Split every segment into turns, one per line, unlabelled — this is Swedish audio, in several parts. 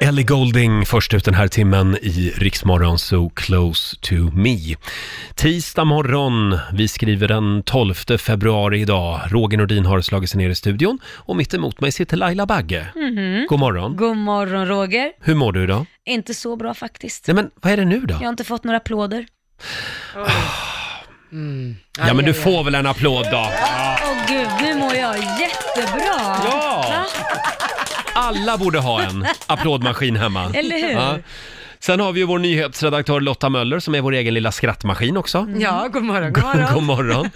Ellie Golding först ut den här timmen i Riksmorgon So Close To Me. Tisdag morgon, vi skriver den 12 februari idag. Roger Nordin har slagit sig ner i studion och mitt emot mig sitter Laila Bagge.
Mhm.
God morgon.
God morgon Roger.
Hur mår du idag?
Inte så bra faktiskt.
Nej men vad är det nu då?
Jag har inte fått några applåder.
Ja men du får väl en applåd då.
Åh gud, nu mår jag jättebra.
Ja!
Va?
Alla borde ha en applådmaskin hemma.
Eller hur?
Sen har vi ju vår nyhetsredaktör Lotta Möller som är vår egen lilla skrattmaskin också.
Mm.
Ja, god morgon, god morgon.
God morgon.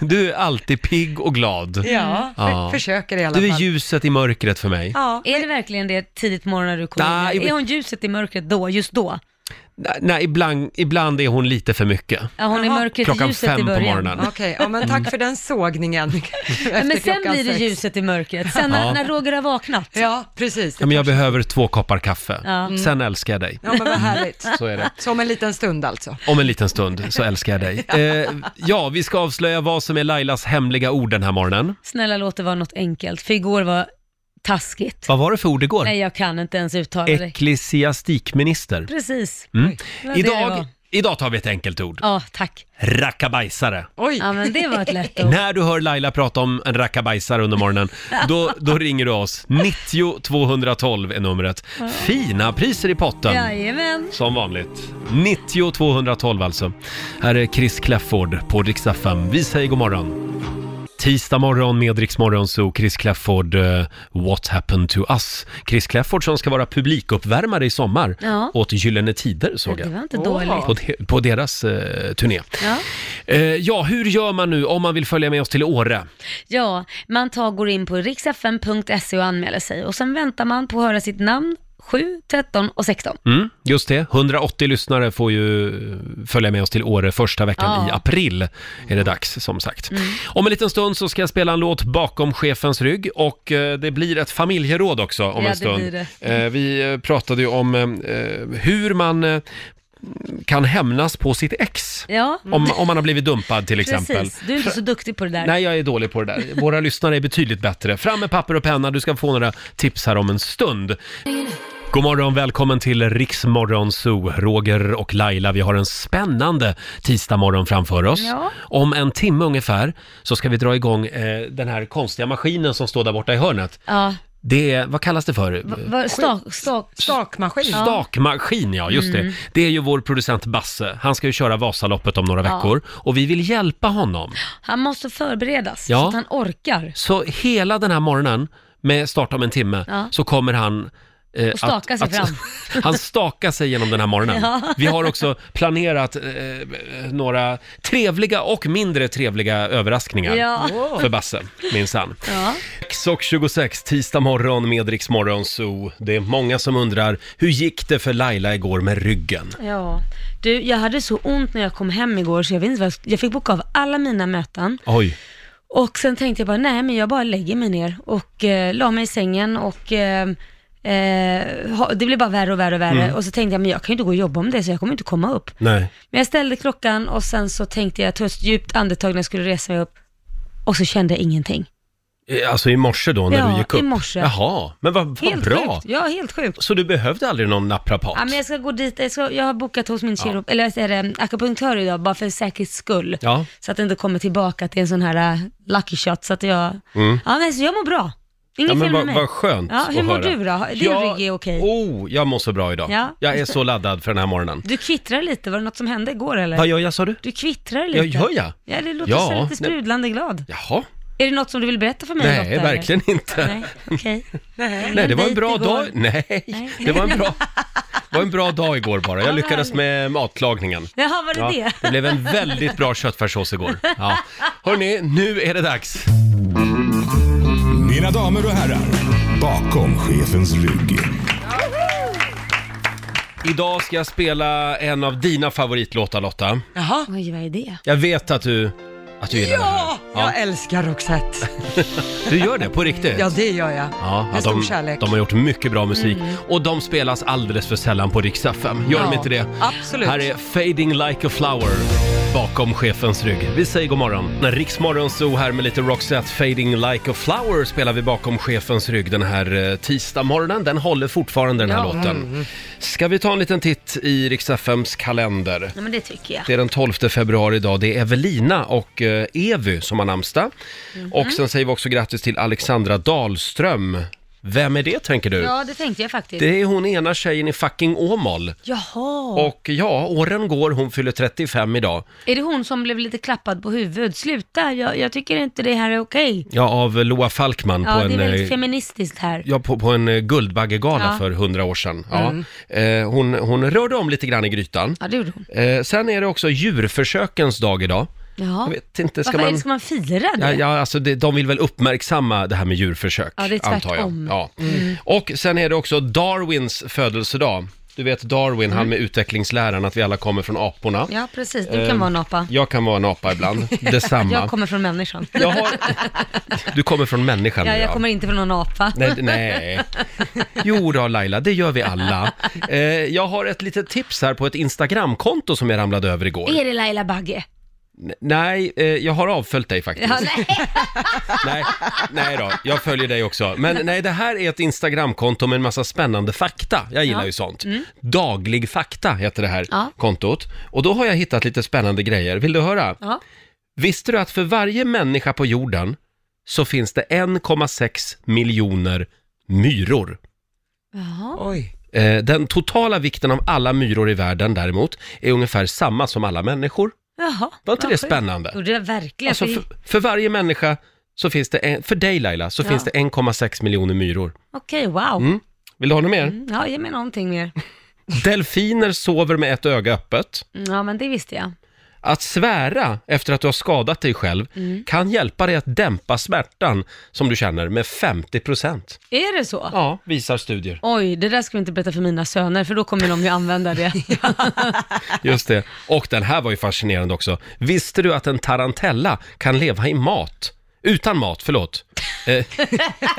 Du är alltid pigg och glad.
Ja, för,
Ja.
försöker i alla
Du är
fall.
ljuset i mörkret för mig.
Ja,
Är det verkligen det tidigt på morgonen när du kommer
Nej,
in?
men-
Är hon ljuset i mörkret då, just då?
Nej, Nej, ibland, ibland är hon lite för mycket.
Ja, hon är
Jaha.
mörkret i
Klockan
ljuset
fem
i
på
början.
morgonen.
okej. Ja, men tack för den sågningen. efter
Men sen
klockan
blir det
sex.
ljuset i mörkret, sen när,
Mm. Ja.
när Roger har vaknat.
Ja, precis.
Ja, men jag behöver två koppar kaffe.
Ja. Mm.
Sen älskar jag dig.
Ja, men vad härligt.
Så är det.
Så om en liten stund alltså.
Om en liten stund så älskar jag dig. Eh, ja, vi ska avslöja vad som är Lailas hemliga ord den här morgonen.
Snälla låt det vara något enkelt, för igår var taskigt.
Vad var det för ord igår?
Nej, jag kan inte ens uttala det.
Ecklesiastikminister.
Precis.
Mm.
Det var det det
Idag,
var.
idag tar vi ett enkelt ord.
Ja, tack.
Rackabajsare.
Oj,
Ja, men det var ett lätt ord.
När du hör Laila prata om en rackabajsare under morgonen, då, då ringer du oss. 90 212 är numret. Fina priser i potten.
Jajamän.
Som vanligt. 90 212 alltså. Här är Chris Clafford på Rix FM. Vi säger god morgon. Tisdag morgon med Rix Morgon så Chris Clafford, eh, What happened to us? Chris Clafford som ska vara publikuppvärmare i sommar
Ja.
åt Gyllene Tider såg
Det
jag.
var inte
Åh.
dåligt.
På, de, på deras eh, turné.
Ja.
Eh, ja, hur gör man nu om man vill följa med oss till Åre?
ja, man tar, går in på riksfn.se och anmäler sig och sen väntar man på att höra sitt namn 7, 13 och 16.
Mm, just det, 180 lyssnare får ju eh, följa med oss till Åre första veckan
Ja. Mm.
i april. Är det dags som sagt. Om en liten stund så ska jag spela en låt bakom chefens rygg och eh, det blir ett familjeråd också om
Ja,
en
det
stund.
blir
Eh, Vi eh, pratade ju om eh, hur man eh, kan hämnas på sitt ex.
Ja,
Om, om man har blivit dumpad till exempel.
Mm. precis. Du är inte så duktig på det där.
Nej, jag är dålig på det där. Våra lyssnare är betydligt bättre. Fram med papper och penna, du ska få några tips här om en stund. God morgon, välkommen till Riksmorgon Zoo. Roger och Laila, vi har en spännande tisdagmorgon framför oss.
Ja.
Om en timme ungefär så ska vi dra igång eh, den här konstiga maskinen som står där borta i hörnet.
Ja,
Det är, vad kallas det för? Eh,
va, va, stak, stak,
stakmaskin.
Stakmaskin, ja just
Mm.
det. Det är ju vår producent Basse. Han ska ju köra Vasaloppet om några veckor och vi vill hjälpa honom.
han måste förberedas
Ja.
så att han orkar.
Så hela den här morgonen, med start om en timme,
Ja.
så kommer han eh,
Och staka sig fram.
han stakar sig genom den här morgonen.
Ja.
Vi har också planerat eh, några trevliga och mindre trevliga överraskningar
Ja.
för Basse, minsann.
Ja.
6.26, tisdag morgon med Rix Morgon Zoo. Det är många som undrar, hur gick det för Laila igår med ryggen?
Ja. Du, jag hade så ont när jag kom hem igår så jag vet inte vad jag, jag fick boka av alla mina möten.
Oj,
Och sen tänkte jag bara, nej men jag bara lägger mig ner och eh, la mig i sängen och eh, eh, ha, det blev bara värre och värre och
Mm.
värre. Och så tänkte jag, men jag kan ju inte gå och jobba om det så jag kommer inte komma upp.
nej.
Men jag ställde klockan och sen så tänkte jag, tog ett djupt andetag när jag skulle resa mig upp och så kände jag ingenting.
Eh, Alltså i morse då när
Ja,
du gick upp?
i morse.
Jaha, men vad, vad
Helt
bra.
sjukt. Ja, helt sjukt.
Så du behövde aldrig någon naprapat?
Ja, men jag ska gå dit, jag, ska, jag har bokat hos min kiro, eller vad är det, akupunktör idag bara för säkerhets skull.
Ja.
Så att det inte kommer tillbaka till en sån här äh, lucky shot så att jag,
Mm.
ja men så jag mår bra. Inget
Ja, men
fel
vad,
med mig.
vad skönt
Ja, hur
att
mår
höra.
du då? Din rygg är okej?
Oh, jag mår så bra idag.
Ja.
Jag är så laddad för den här morgonen.
Du kvittrar lite, var det något som hände igår eller?
Vad gör jag sa du?
Du kvittrar lite.
Ja, gör jag?
Ja, det låter
Ja,
så lite
nej.
sprudlande glad.
Jaha?
Är det något som du vill berätta för mig
Nej,
Lotta, eller?
verkligen inte. Nej,
Nej, okej.
Nej.
det var en
dejt
bra
igår.
dag. Nej,
Nej.
det var en bra, det var en bra dag igår bara. Jag
vad
lyckades
härligt.
med matlagningen.
Jaha, var det
Ja,
det?
det blev en väldigt bra köttfärssås igår. Ja. Hörni, nu är det dags.
Mina damer och herrar, bakom chefens rygg.
Idag ska jag spela en av dina favoritlåtar Lotta.
Jaha.
Oj, vad är det?
Jag vet att du, att du gillar det här.
Ja, jag älskar Roxette.
Du gör det på riktigt?
Ja, det gör jag.
Ja,
Med
ja,
stor
de,
kärlek. Mm.
de har gjort mycket bra musik och de spelas alldeles för sällan på Rix FM. Gör de
Ja,
inte det?
absolut.
Här är Fading Like a Flower bakom chefens rygg. Vi säger god morgon. När Riksmorgon Zoo här med lite Roxette Fading Like a Flower spelar vi bakom chefens rygg den här eh, tisdagmorgonen. Den håller fortfarande den här
Ja.
Mm.
låten. Ska vi ta en liten titt i Rix FMs kalender?
Ja, men det tycker jag.
Det är den 12 februari idag. Det är Evelina och eh, Evy som har namnsdag.
Mhm.
Och sen säger vi också grattis till Alexandra Dahlström. Vem är det tänker du?
Ja, det tänkte jag faktiskt.
Det är hon ena tjejen i fucking Åmål.
Jaha.
Och ja, åren går, hon fyller 35 idag.
Är det hon som blev lite klappad på huvudet? Sluta, jag, jag tycker inte det här är okej.
Ja, av Loa Falkman
Ja,
på,
det är
en,
väldigt
eh,
feministiskt här.
ja, på, på en eh, Guldbaggegala
Ja. Mm.
för 100 år sedan. Ja. Eh, hon, hon rörde om lite grann i grytan.
Ja, det gjorde hon.
Eh, sen är det också djurförsökens dag idag.
Ja.
Jag vet inte, ska
Varför
man...
ska man fira det?
Ja, ja, alltså det, de vill väl uppmärksamma det här med djurförsök,
Ja, det är
antar jag.
tvärtom. Mm.
Ja. Och sen är det också Darwins födelsedag. Du vet Darwin, han med utvecklingsläran, att vi alla kommer från aporna.
Mm.
Eh,
Ja, precis. Du kan vara en apa.
Jag kan vara en apa ibland, Ehm, detsamma.
Jag kommer från människan.
Jag har... Du kommer från människan.
Ja,
ja.
jag kommer inte från någon apa.
Nej, nej. Jo då Laila, det gör vi alla. Eh, jag har ett litet tips här på ett Instagramkonto som jag ramlade över igår.
Är det Laila Bagge?
N- nej, eh, jag har avföljt dig faktiskt.
Ja, nej.
Nej, nej då, jag följer dig också. Men nej, det här är ett Instagramkonto med en massa spännande fakta. Jag gillar ju sånt. Daglig fakta heter det här
Mm. Ja.
kontot. Och då har jag hittat lite spännande grejer. Vill du höra?
Ja.
Visste du att för varje människa på jorden så finns det 1,6 miljoner myror?
Jaha.
Oj.
Eh, Den totala vikten av alla myror i världen däremot är ungefär samma som alla människor.
Jaha.
Var inte det
Varför? Jo,
spännande?
det är verkligen.
Alltså för,
för...
för varje människa så finns det, en, för dig Laila, så
Ja.
finns det 1,6 miljoner myror.
Okej, wow.
Mm. Vill du ha något mer?
Mm, Ja, ge mig någonting mer.
Delfiner sover med ett öga öppet.
Mm, Ja, men det visste jag.
Att svära efter att du har skadat dig själv
Mm.
kan hjälpa dig att dämpa smärtan som du känner med 50%.
Är det så?
Ja, visar studier.
Oj, det där ska vi inte berätta för mina söner, för då kommer de ju använda det.
Just det. Och den här var ju fascinerande också. Visste du att en tarantella kan leva i mat? Utan mat, förlåt. Eh,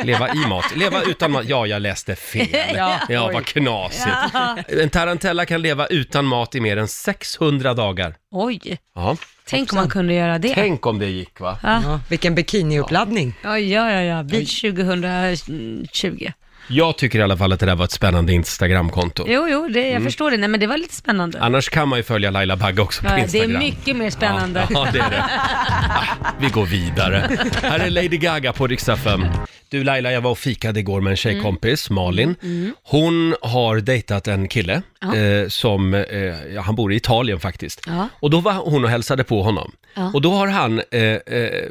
leva i mat. Leva utan mat. Ja, jag läste fel. Ja,
Ja,
vad knasigt. En tarantella kan leva utan mat i mer än 600 dagar.
Oj,
Ja.
tänk om man kunde göra det.
Tänk om det gick, va?
Ja, vilken bikiniuppladdning.
Ja, ja, ja, ja. Beach 2020.
Jag tycker i alla fall att det där var ett spännande Instagramkonto.
Jo, jo, det, jag
Mm.
förstår det. Nej, men det var lite spännande.
Annars kan man ju följa Laila Bagge också på
Ja, det är
Instagram.
mycket mer spännande.
Ja, ja, det är det. Ah, Vi går vidare. Här är Lady Gaga på riksdag 5. Du Laila, jag var och fikade igår med en tjejkompis,
Mm.
Malin. Hon har dejtat en kille eh, som, eh, ja, han bor i Italien faktiskt.
Ja.
Och då var hon och hälsade på honom.
Ja.
Och då har han, eh, eh,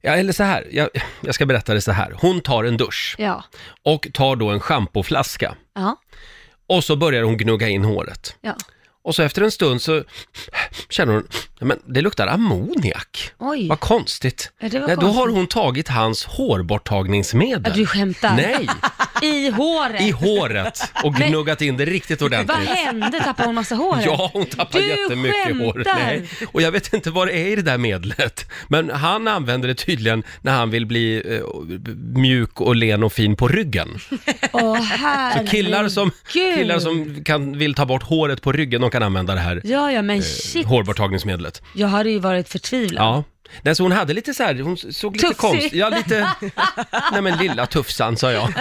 ja, eller så här, jag, jag ska berätta det så här. Hon tar en dusch
Ja,
och tar då en schampoflaska.
ja,
Och så börjar hon gnugga in håret.
ja.
Och så efter en stund så känner hon, men det luktar ammoniak.
Oj.
Vad konstigt.
Ja, det var
Nej, då
konstigt.
har hon tagit hans hårborttagningsmedel.
Ja, du skämtar.
Nej,
I håret.
i håret och
Men-
gnuggat in det riktigt
Vad
ordentligt.
hände? Tappade hon massa hår?
Ja, hon tappar
Du
jättemycket hår.
skämtar.
Nej. Och jag vet inte vad det är i det där medlet. Men han använder det tydligen när han vill bli eh, mjuk och len och fin på ryggen.
Åh, herregud.
Killar som, killar som kan, vill ta bort håret på ryggen, de kan använda det här eh,
Ja, ja, men shit.
hårborttagningsmedlet.
Jag hade ju varit förtvivlad.
Ja. Nej, så hon hade lite så här, hon såg lite
Tufsig.
konstigt, ja lite, nej men lilla tufsan sa jag.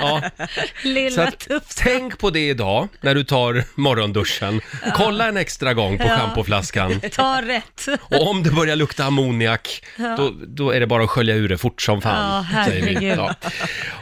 Ja, så
Lilla
att,
tuff.
tänk på det idag när du tar morgonduschen. Kolla en extra gång på
Ja.
schampoflaskan.
Ta rätt.
Och om det börjar lukta ammoniak, då, då är det bara att skölja ur det fort som fan.
Ja,
säger vi.
herregud.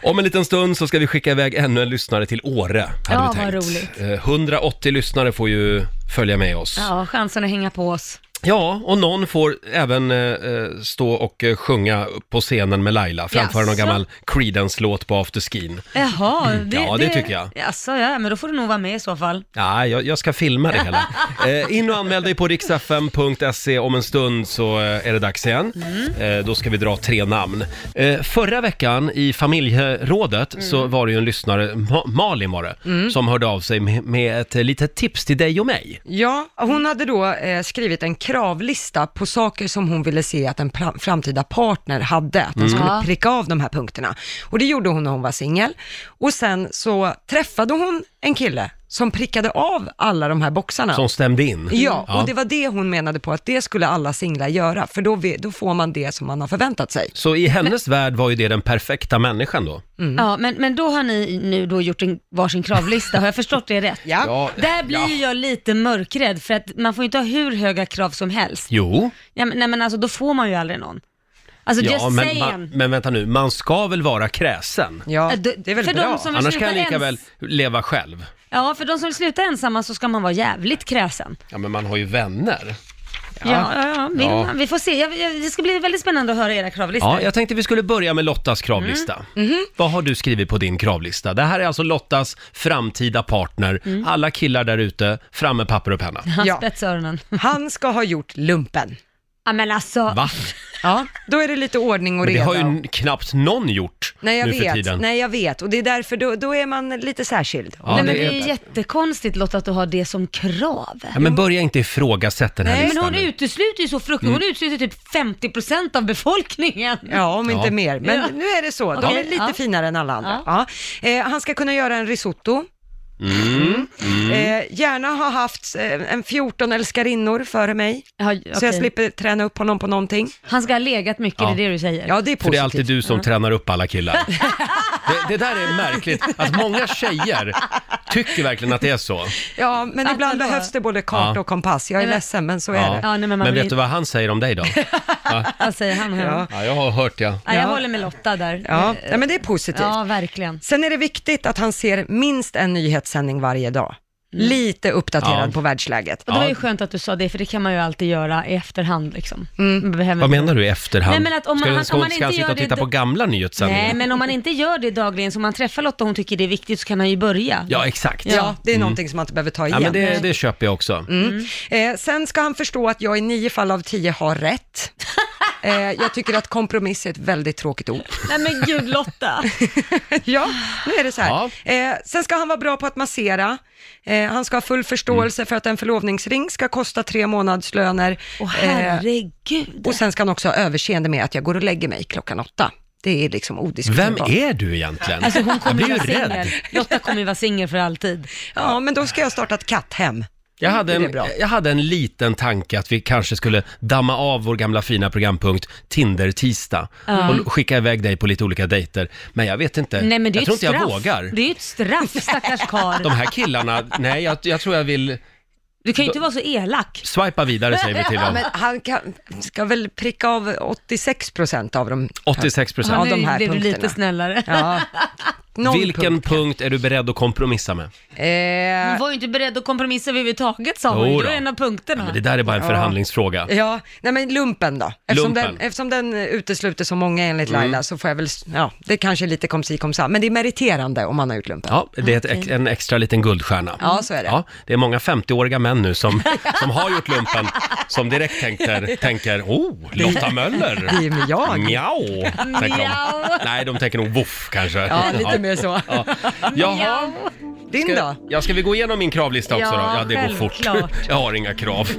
Om en liten stund så ska vi skicka iväg ännu en lyssnare till Åre, hade
Ja,
vi
vad
tänkt. Eh, 180 lyssnare får ju följa med oss.
Ja, chansen att hänga på oss.
Ja, och någon får även eh, eh, stå och eh, sjunga på scenen med Laila, framför någon
Jaså?
gammal Creedence-låt på afterskin.
Jaha, det,
Ja, det tycker jag.
Jaså, ja, men då får du nog vara med i så fall.
Ja, jag, jag ska filma det hela. Eh, in och anmäl dig på riksfm.se. Om en stund så eh, är det dags igen. Eh, då ska vi dra tre namn. Eh, förra veckan i familjerådet så var det ju en lyssnare, Ma- Malin var det, som hörde av sig med, med ett eh, litet tips till dig och mig.
Ja, hon hade då eh, skrivit en kravlista på saker som hon ville se att en pra- framtida partner hade,
Mm.
att den
Ja.
skulle pricka av de här punkterna. Och det gjorde hon när hon var singel. Och sen så träffade hon en kille som prickade av alla de här boxarna.
Som stämde in?
Ja, och det var det hon menade på att det skulle alla singlar göra, för då, ve- då får man det som man har förväntat sig.
Så i hennes värld var ju det den perfekta människan då?
Mm.
Ja, men, men då har ni nu då gjort en varsin kravlista, har jag förstått det rätt?
Ja.
Ja.
Där blir
Ja.
ju jag lite mörkrädd för att man får ju inte ha hur höga krav som helst.
Jo,
Ja, men, nej men alltså då får man ju aldrig någon. Alltså
ja,
just
men,
saying.
man, men vänta nu, man ska väl vara kräsen?
Ja,
Ja, d-
det är väl
Äh, för
bra.
de som- Men
Annars kan jag
sluta
lika
ens-
väl leva själv.
Ja, för de som vill sluta ensamma så ska man vara jävligt kräsen.
Ja, men man har ju vänner.
Ja, ja, ja, vill
Ja.
Man, vi får se. Jag, jag, det ska bli väldigt spännande att höra era kravlistor.
Ja, jag tänkte vi skulle börja med Lottas kravlista. Vad har du skrivit på din kravlista? Det här är alltså Lottas framtida partner. Alla killar där ute, fram med papper och penna.
Han
Ja.
spetsöronen.
Han ska ha gjort lumpen.
Ja men alltså,
Va?
Ja, då är det lite ordning och
Men det
reda.
har ju n- knappt någon gjort
Nej, jag
nu för
vet.
tiden.
Nej, jag vet. Och det är därför då, då är man lite särskild.
Ja,
nej,
det
men det
är-
är ju jättekonstigt Lotta att du har det som krav.
Ja, men börja inte ifrågasätta den här
Nej,
Men
listan
hon
nu. Mm.
utesluter ju så fruktansvärt, hon utesluter typ 50% av befolkningen.
Ja, om inte
Ja.
mer. Men
Ja.
nu är det så. De
Okej,
är lite
ja.
finare än alla andra. Ja. Eh, han ska kunna göra en risotto.
Mm.
Eh, gärna ha haft eh, en 14 älskarinnor före mig,
Ja,
så jag
okej.
slipper träna upp honom på någonting.
Han ska ha legat mycket,
Ja.
det är det du säger.
Ja, det är
För
positivt.
det är alltid du som tränar upp alla killar. Det, det där är märkligt, att många tjejer tycker verkligen att det är så.
Ja, men
Att
ibland
man då-
behövs det både karta
Ja.
och kompass. Jag är
Nej, men-
ledsen, men så är
Ja.
det.
Ja, nej, men man
men
vill-
vet du vad han säger om dig då?
Vad säger han? Ja.
Ja.
Ja, jag har hört ja.
Ja, jag
Ja.
håller med Lotta där.
Ja,
Eh,
nej, men det är positivt.
ja verkligen.
Sen är det viktigt att han ser minst en nyhetssändning varje dag. Lite uppdaterad
Ja.
på världsläget.
Och det var
Ja.
ju skönt att du sa det, för det kan man ju alltid göra i efterhand liksom.
Mm.
Man behöver
Vad
inte-
menar du i efterhand?
Nej, men att om
ska
man-
han,
han-
ska,
om man
ska
inte
han sitta
gör
och
det
titta på
då-
gamla nyhetssändningar?
Nej, men om man inte gör det dagligen, som man träffar Lotta och hon tycker det är viktigt, så kan han ju börja.
Ja, exakt.
Ja, det är någonting som man inte behöver ta
Mm. Ja,
igen.
men det, det köper jag också.
Mm. Eh, sen ska han förstå att jag i nio fall av tio har rätt. Eh, jag tycker att kompromiss är ett väldigt tråkigt ord.
Nej men gud Lotta.
ja, nu är det så här.
Ja.
Eh, sen ska han vara bra på att massera. Eh, han ska ha full förståelse för att en förlovningsring ska kosta tre månadslöner.
Åh
Eh,
herregud.
och sen ska han också ha överseende med att jag går och lägger mig klockan åtta. Det är liksom
Vem
odiskutabelt.
är du egentligen?
Alltså hon
jag
kommer
blir
ju
ju
vara
rädd.
singel. Lotta kommer ju vara singel för alltid.
Ja, men då ska jag starta ett katthem.
Jag hade,
Det är
en,
bra.
jag hade en liten tanke att vi kanske skulle damma av vår gamla fina programpunkt Tinder-tisdag och skicka iväg dig på lite olika dejter. Men jag vet inte.
Nej men det är
jag tror
ett
inte jag
straff.
vågar.
Det är ju ett straff stackars karl.
De här killarna, nej jag, jag tror jag vill
Du kan ju inte vara så elak.
swipa vidare säger vi till
Ja,
dem.
men han kan, ska väl pricka av 86 procent av dem.
86
Ja,
procent.
nu
de här
blev du lite
punkterna.
snällare.
Ja. Någon
Vilken
punkt.
punkt är du beredd att kompromissa med?
Eh,
Hon var ju inte beredd att kompromissa överhuvudtaget sa hon.
Jo
ju.
då.
Det var en av punkterna.
Men det där är bara en
Ja.
förhandlingsfråga.
ja, nej men lumpen då. Eftersom,
Lumpen. Mm.
Den, eftersom den utesluter så många enligt Laila så får jag väl, ja, det kanske är lite kom si kom sa, men det är meriterande om man har gjort lumpen.
Ja, det är ett, ex- en extra liten guldstjärna.
Ja, så är det.
Ja, det är många 50-åriga män nu som, som har gjort lumpen, som direkt tänker, tänker oh, Lotta Möller.
Det är med jag.
Mjau, tänker de.
Mjau.
Nej, de tänker nog voff kanske.
Ja, lite mer så.
Ja. Jaha,
Ja.
Din
ska,
då?
ja, ska vi gå igenom min kravlista också då?
Ja,
Ja, det går fort.
självklart.
Jag har inga krav.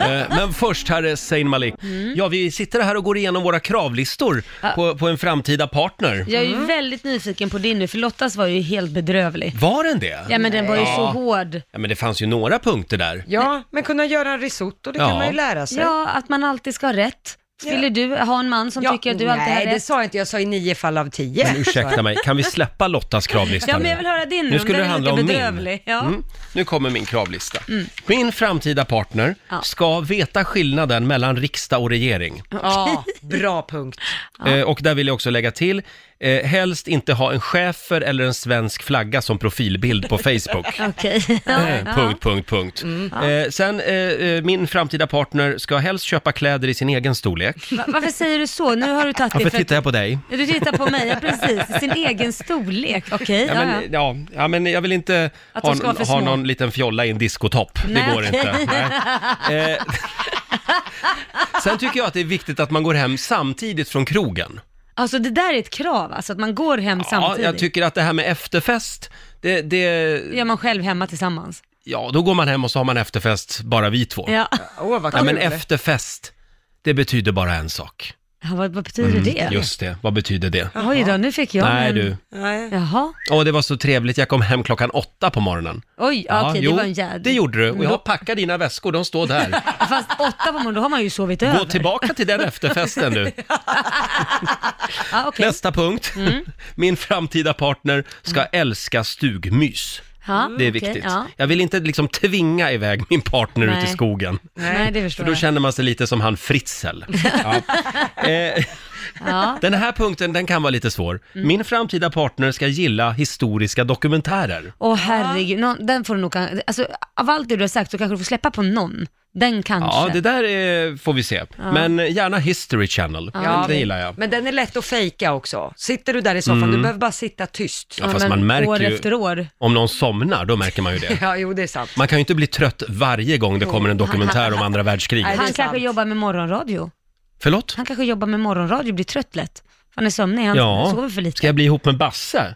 Eh, Men först, här är Zayn Malik.
Mm.
Ja, vi sitter här och går igenom våra kravlistor på, på en framtida partner.
Jag är
Mm.
ju väldigt nyfiken på din nu, för Lottas var ju helt bedrövlig.
Var den det?
Ja men den var ju så
Ja.
hård.
Ja, men det fanns ju några punkter där.
Ja, men kunna göra en risotto, det
Ja.
kan man ju lära sig.
Ja, att man alltid ska ha rätt. Ville du ha en man som
Ja,
tycker att du alltid har
Nej, det
rätt?
sa jag inte, jag sa i nio fall av tio.
Men ursäkta mig, kan vi släppa Lottas kravlista
Ja men jag vill höra din
Nu
om
skulle
den
det
är
handla
lite
om min.
bedrövlig. Ja. Mm.
Mm. Nu kommer min kravlista. Min framtida partner
Ja.
ska veta skillnaden mellan riksdag och regering.
Ja, bra punkt.
Eh, och där vill jag också lägga till, eh, helst inte ha en schäfer eller en svensk flagga som profilbild på Facebook.
Okej. Ja. Mm.
Eh, Punkt, punkt, punkt. Eh, sen, eh, eh, min framtida partner ska helst köpa kläder i sin egen storlek.
Va- Varför säger du så? Nu har du tagit
Varför
det för att
tittar jag på dig?
Du tittar på mig, ja precis. Sin egen storlek, okej.
Ja,
ja, ja.
men, ja, ja, men jag vill inte
Att de
ha,
ska vara för
ha
små.
någon liten fjolla i en diskotopp. Det
Nej,
går inte.
okej.
Nej. Eh, Sen tycker jag att det är viktigt att man går hem samtidigt från krogen.
Alltså det där är ett krav, alltså att man går hem
Ja,
samtidigt.
jag tycker att det här med efterfest, det, det,
gör man själv hemma tillsammans.
ja då går man hem och så har man efterfest bara vi två.
Ja.
Åh, vad
Nej, men
kul.
efterfest, det betyder bara en sak.
Ja, vad, vad betyder det?
Mm, Just det, vad betyder det?
Oj då, nu fick jag
Nej
en-
du.
Nej.
Jaha.
Åh, det var så trevligt. Jag kom hem klockan åtta på morgonen.
Oj, ja, okej,
jo,
det var en Mm. jädra...
det gjorde du. Och jag har packat dina väskor, de står där.
Fast åtta på morgonen, då har man ju sovit över.
Gå tillbaka till den efterfesten du.
Ja, okej.
Nästa punkt.
Mm.
Min framtida partner ska älska stugmys.
Ja,
Det
okej,
är viktigt.
Ja.
Jag vill inte liksom tvinga iväg min partner ut i
Nej.
skogen.
Nej, det
För
förstår
då
jag.
känner man sig lite som han Fritzl. Ja. Eh,
Ja.
den här punkten den kan vara lite svår.
Mm.
Min framtida partner ska gilla historiska dokumentärer.
Åh herregud, någon, den får du nog kan- alltså, av allt det du har sagt så kanske du får släppa på någon. Den kanske.
Ja, det där eh, får vi se. Men gärna History Channel,
Ja,
det gillar jag. Mm.
Men den är lätt att fejka också. Sitter du där i soffan, du behöver bara sitta tyst.
Ja, fast man
år
märker
efter
ju,
år.
om någon somnar, då märker man ju det.
Ja, jo det är sant.
Man kan ju inte bli trött varje gång det kommer en dokumentär om andra
Nej,
världskriget.
det
Han
är
kanske
sant.
jobbar med morgonradio.
Förlåt?
Han kanske jobbar med morgonradio, blir trött lätt. Han är sömnig, han sover
Ja,
för lite.
ska jag bli ihop med Basse?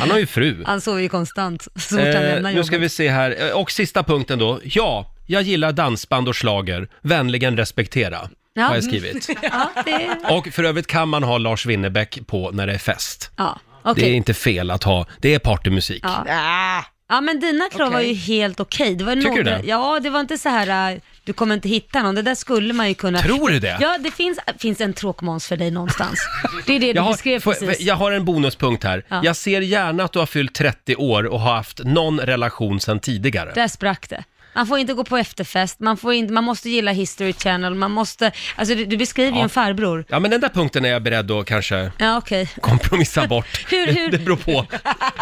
Han har ju fru.
Han sover ju konstant så fort han
Eh,
lämnar
nu
jobbet.
ska vi se här. Eh, Och sista punkten då. Ja, jag gillar dansband och slager. Vänligen respektera.
Ja. Mm.
Har jag skrivit.
Ja, det...
Och för övrigt kan man ha Lars Winnerbäck på när det är fest.
ja okej.
Det är inte fel att ha, det är partymusik.
Ja.
Ah,
Ja men dina krav var ju helt okej. Det var
Tycker
några...
du det?
Ja, det var inte så här, äh, du kommer inte hitta någon. Det där skulle man ju kunna...
Tror du det?
Ja, det finns, finns en tråkmåns för dig någonstans. Det är det du
Jag har,
beskrev
får-
precis.
jag har en bonuspunkt här.
Ja.
Jag ser gärna att du har fyllt 30 år och har haft någon relation sedan tidigare.
Där sprack det. Man får inte gå på efterfest, man, får inte, man måste gilla History Channel, man måste... Alltså du, du beskriver ju en farbror.
Ja, men den där punkten är jag beredd att kanske
Ja, okej.
kompromissa bort.
Hur- hur-
Det beror på.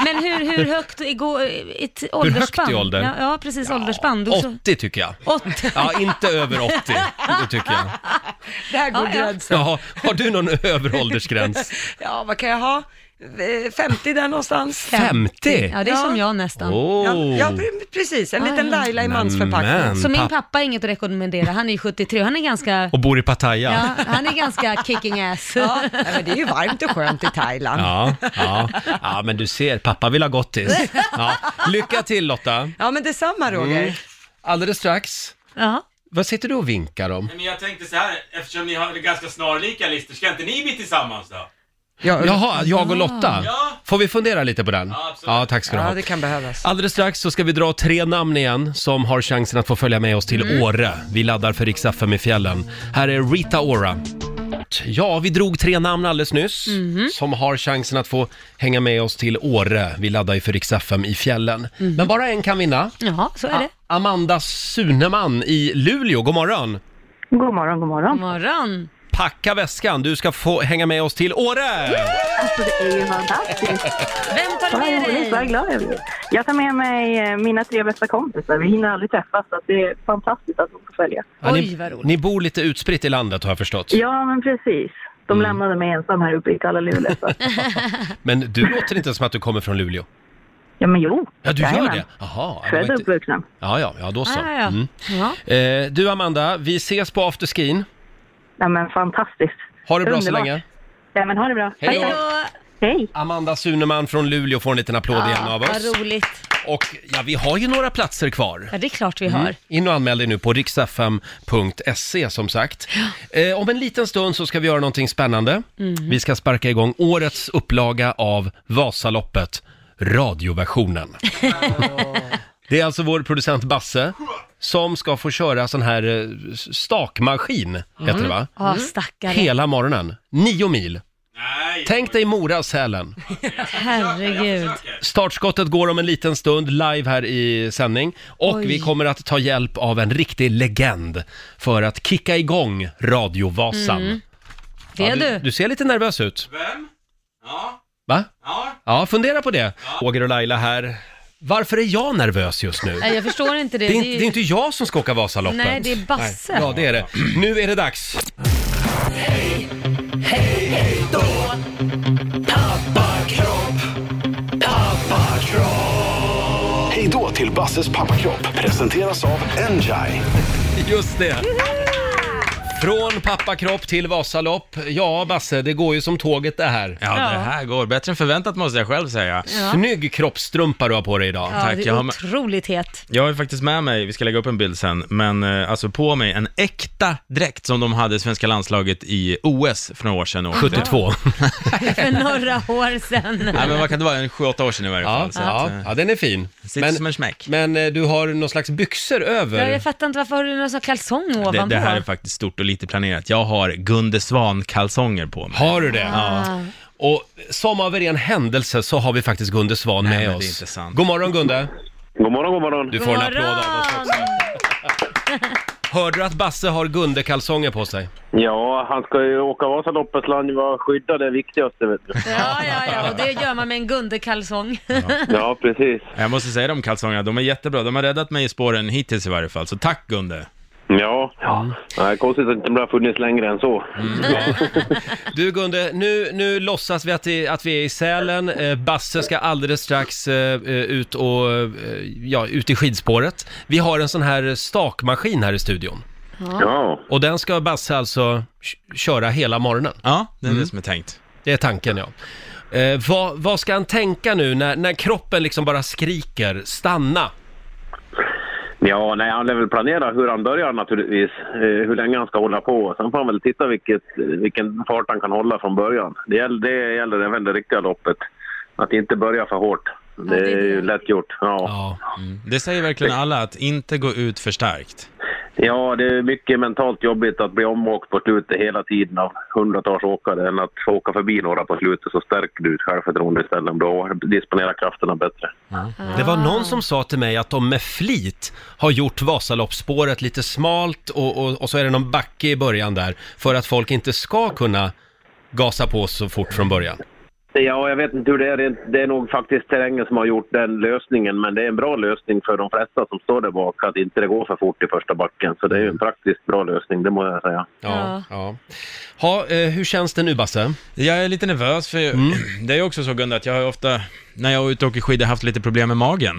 Men hur, hur högt i, gå, i ett åldersspann?
högt i åldern?
Ja, ja precis, åldersspann. Du, så,
80 tycker jag.
åt.
Ja, inte över 80, det tycker jag.
där går
Ja, ja.
gränsen.
Ja, har du någon övre åldersgräns?
Ja, vad kan jag ha? Eh, 50 där någonstans.
50?
Ja, det är som jag nästan. Ah,
Ja,
Oh.
ja, pre- precis. En liten
ja.
Laila i mansförpackning.
Nämen.
Så min
Papp-
pappa är inget att rekommendera, han är ju 73 han är ganska...
Och bor i Pattaya?
Ja, han är ganska kicking ass.
Ja, nej, men det är ju varmt och skönt i Thailand. Ja.
Ja, ja, ja, men du ser, pappa vill ha gottis. Ja. Lycka till Lotta! Mm.
men detsamma Roger.
Alldeles strax,
Ja.
vad sitter du och vinkar om?
Nej, men jag tänkte så här, eftersom ni har ganska snarlika listor, ska inte ni bli tillsammans då?
Ja, ja.
Jaha, jag och Lotta?
Ja.
Får vi fundera lite på den?
Ja, absolut.
Ja, tack ska du ha.
det kan behövas.
Alldeles strax så ska vi dra tre namn igen som har chansen att få följa med oss till
Mm.
Åre. Vi laddar för riks i fjällen. Här är Rita Ora. Ja, vi drog tre namn alldeles nyss
Mhm.
som har chansen att få hänga med oss till Åre. Vi laddar ju för riks i fjällen. Men bara en kan vinna.
Mhm. Jaha, så är det.
Amanda Suneman i Luleå, god morgon!
God morgon, god
God
morgon.
morgon.
Packa väskan, du ska få hänga med oss till Åre!
Alltså, det är ju fantastiskt.
Vem tar du
Vad
med
roligt, vad
dig?
glad jag blir. Jag tar med mig eh, mina tre bästa kompisar. Vi hinner aldrig träffas, så att det är fantastiskt att få följa.
Ja,
Oj, vad
ni,
roligt.
ni bor lite utspritt i landet har jag förstått.
Ja, men precis. De
Mm.
lämnade mig ensam här uppe i kalla Luleå. så att-
Men du låter inte som att du kommer från Luleå.
Ja, men jo.
Ja, du gör
Jajamän.
det? Jaha. det var
Född och
inte-
uppvuxen.
Ja, ja, ja, då så.
Ah, ja.
Mm.
Ja.
Eh, du Amanda, vi ses på afterskin.
Ja, men fantastiskt.
Ha det bra så
Underbart.
länge.
Ja, men ha det bra.
Hej
Hej
då.
då.
Hej. Ah,
Amanda Suneman från Luleå får en liten applåd igen
Ja,
av
vad
oss.
roligt.
Och ja, vi har ju några platser kvar.
Ja, det är klart
Mm.
vi har.
In och anmäl dig nu på riksfm.se E, som sagt. Eh, om en liten stund så ska vi göra någonting spännande.
Mm.
Vi ska sparka igång årets upplaga av Vasaloppet, radioversionen. Det är alltså vår producent Basse som ska få köra sån här eh, stakmaskin, heter det va?
Mm. Ja, stackare.
Hela morgonen, nio mil.
Nej,
Tänk dig Mora och Sälen.
Herregud.
Startskottet går om en liten stund live här i sändning och
Oj.
vi kommer att ta hjälp av en riktig legend för att kicka igång Radiovasan.
Mm. Det är
du,
du.
du ser lite nervös ut.
Vem? Ja,
Va?
ja.
Ja, fundera på det. Roger och Laila här. Varför är jag nervös just nu?
Nej, jag förstår inte det.
Det är,
ju-
inte- det är inte jag som ska åka Vasaloppet.
Nej, det är Basse.
Ja, det är det. Nu är det dags.
Hej då till Basses pappakropp presenteras av Enjai.
Just det. Från pappakropp till Vasalopp. Ja, Basse, det går ju som tåget det här.
Ja, det här går bättre än förväntat måste jag själv säga.
Ja.
Snygg kroppstrumpa du har på dig idag.
Ja,
tack,
det
jag har
är
med-
otroligt het.
Jag har ju faktiskt med mig, vi ska lägga upp en bild sen, men eh, alltså på mig en äkta dräkt som de hade i svenska landslaget i OS för några år sedan. och åkte.
72.
För några år sedan.
Nej men vad kan det vara, en 7-8 år sedan i varje fall.
Ja,
så
ja.
Att, eh,
ja, den är fin.
sitter som
Men,
en smäck.
men eh, du har någon slags byxor
Ja,
över.
jag fattar inte, varför har du någon sån kalsong ovanpå?
Det, det här är faktiskt stort och lite planerat. Jag har Gunde Svan-kalsonger på mig.
Har du det?
ah.
Och som av en ren händelse så har vi faktiskt Gunde Svan
Nej,
med
men det är
oss.
inte sant.
God morgon Gunde!
God morgon, god morgon.
Du får
God
en applåd av oss också.
morgon!
Hörde du att Basse har Gunde-kalsonger på sig?
Ja, han ska ju åka Vasaloppet, så han var skyddad, det viktigaste vet du.
Ja, ja, ja, och det gör man med en Gunde-kalsong.
Ja, precis.
Jag måste säga de kalsongerna, de är jättebra. De har räddat mig i spåren hittills i varje fall, så tack Gunde.
Ja. Nej, konstigt att det inte har funnits längre än så.
Mm. Du Gunde, nu, nu låtsas vi att, det, att vi är i Sälen. Eh, Basse ska alldeles strax eh, eh, ut, och, eh, ja, ut i skidspåret. Vi har en sån här stakmaskin här i studion.
Ja.
Och den ska Basse alltså k- köra hela morgonen. Mm.
Ja, det är det som är tänkt.
Det är tanken ja. Eh, vad, vad ska han tänka nu när, när kroppen liksom bara skriker stanna?
Ja, nej, han lär väl planera hur han börjar naturligtvis. Eh, hur länge han ska hålla på. Sen får han väl titta vilket, vilken fart han kan hålla från början. Det gäller, det gäller även det riktiga loppet. Att inte börja för hårt. Det
det är
är ju
det.
lätt gjort. Ja.
Ja.
Mm. Det säger verkligen alla, att inte gå ut för starkt.
ja, det är mycket mentalt jobbigt att bli omåkt på slutet hela tiden av hundratals åkare än att få åka förbi några på slutet så stärker du ditt självförtroende istället. Då disponerar krafterna bättre.
Det var någon som sa till mig att de med flit har gjort Vasaloppsspåret lite smalt och, och, och så är det någon backe i början där för att folk inte ska kunna gasa på så fort från början.
Ja, jag vet inte hur det är. Det- Det är nog faktiskt terrängen som har gjort den lösningen, men det är en bra lösning för de flesta som står där bak att inte det går för fort i första backen. Så det är ju en praktiskt bra lösning, det må jag säga.
Ja.
Ja.
ja. Ha, eh, hur känns det nu Basse? Mm.
Jag är lite nervös, för det är ju också så Gunde, att jag har ju ofta, när jag är ute och åker skidor, haft lite problem med magen.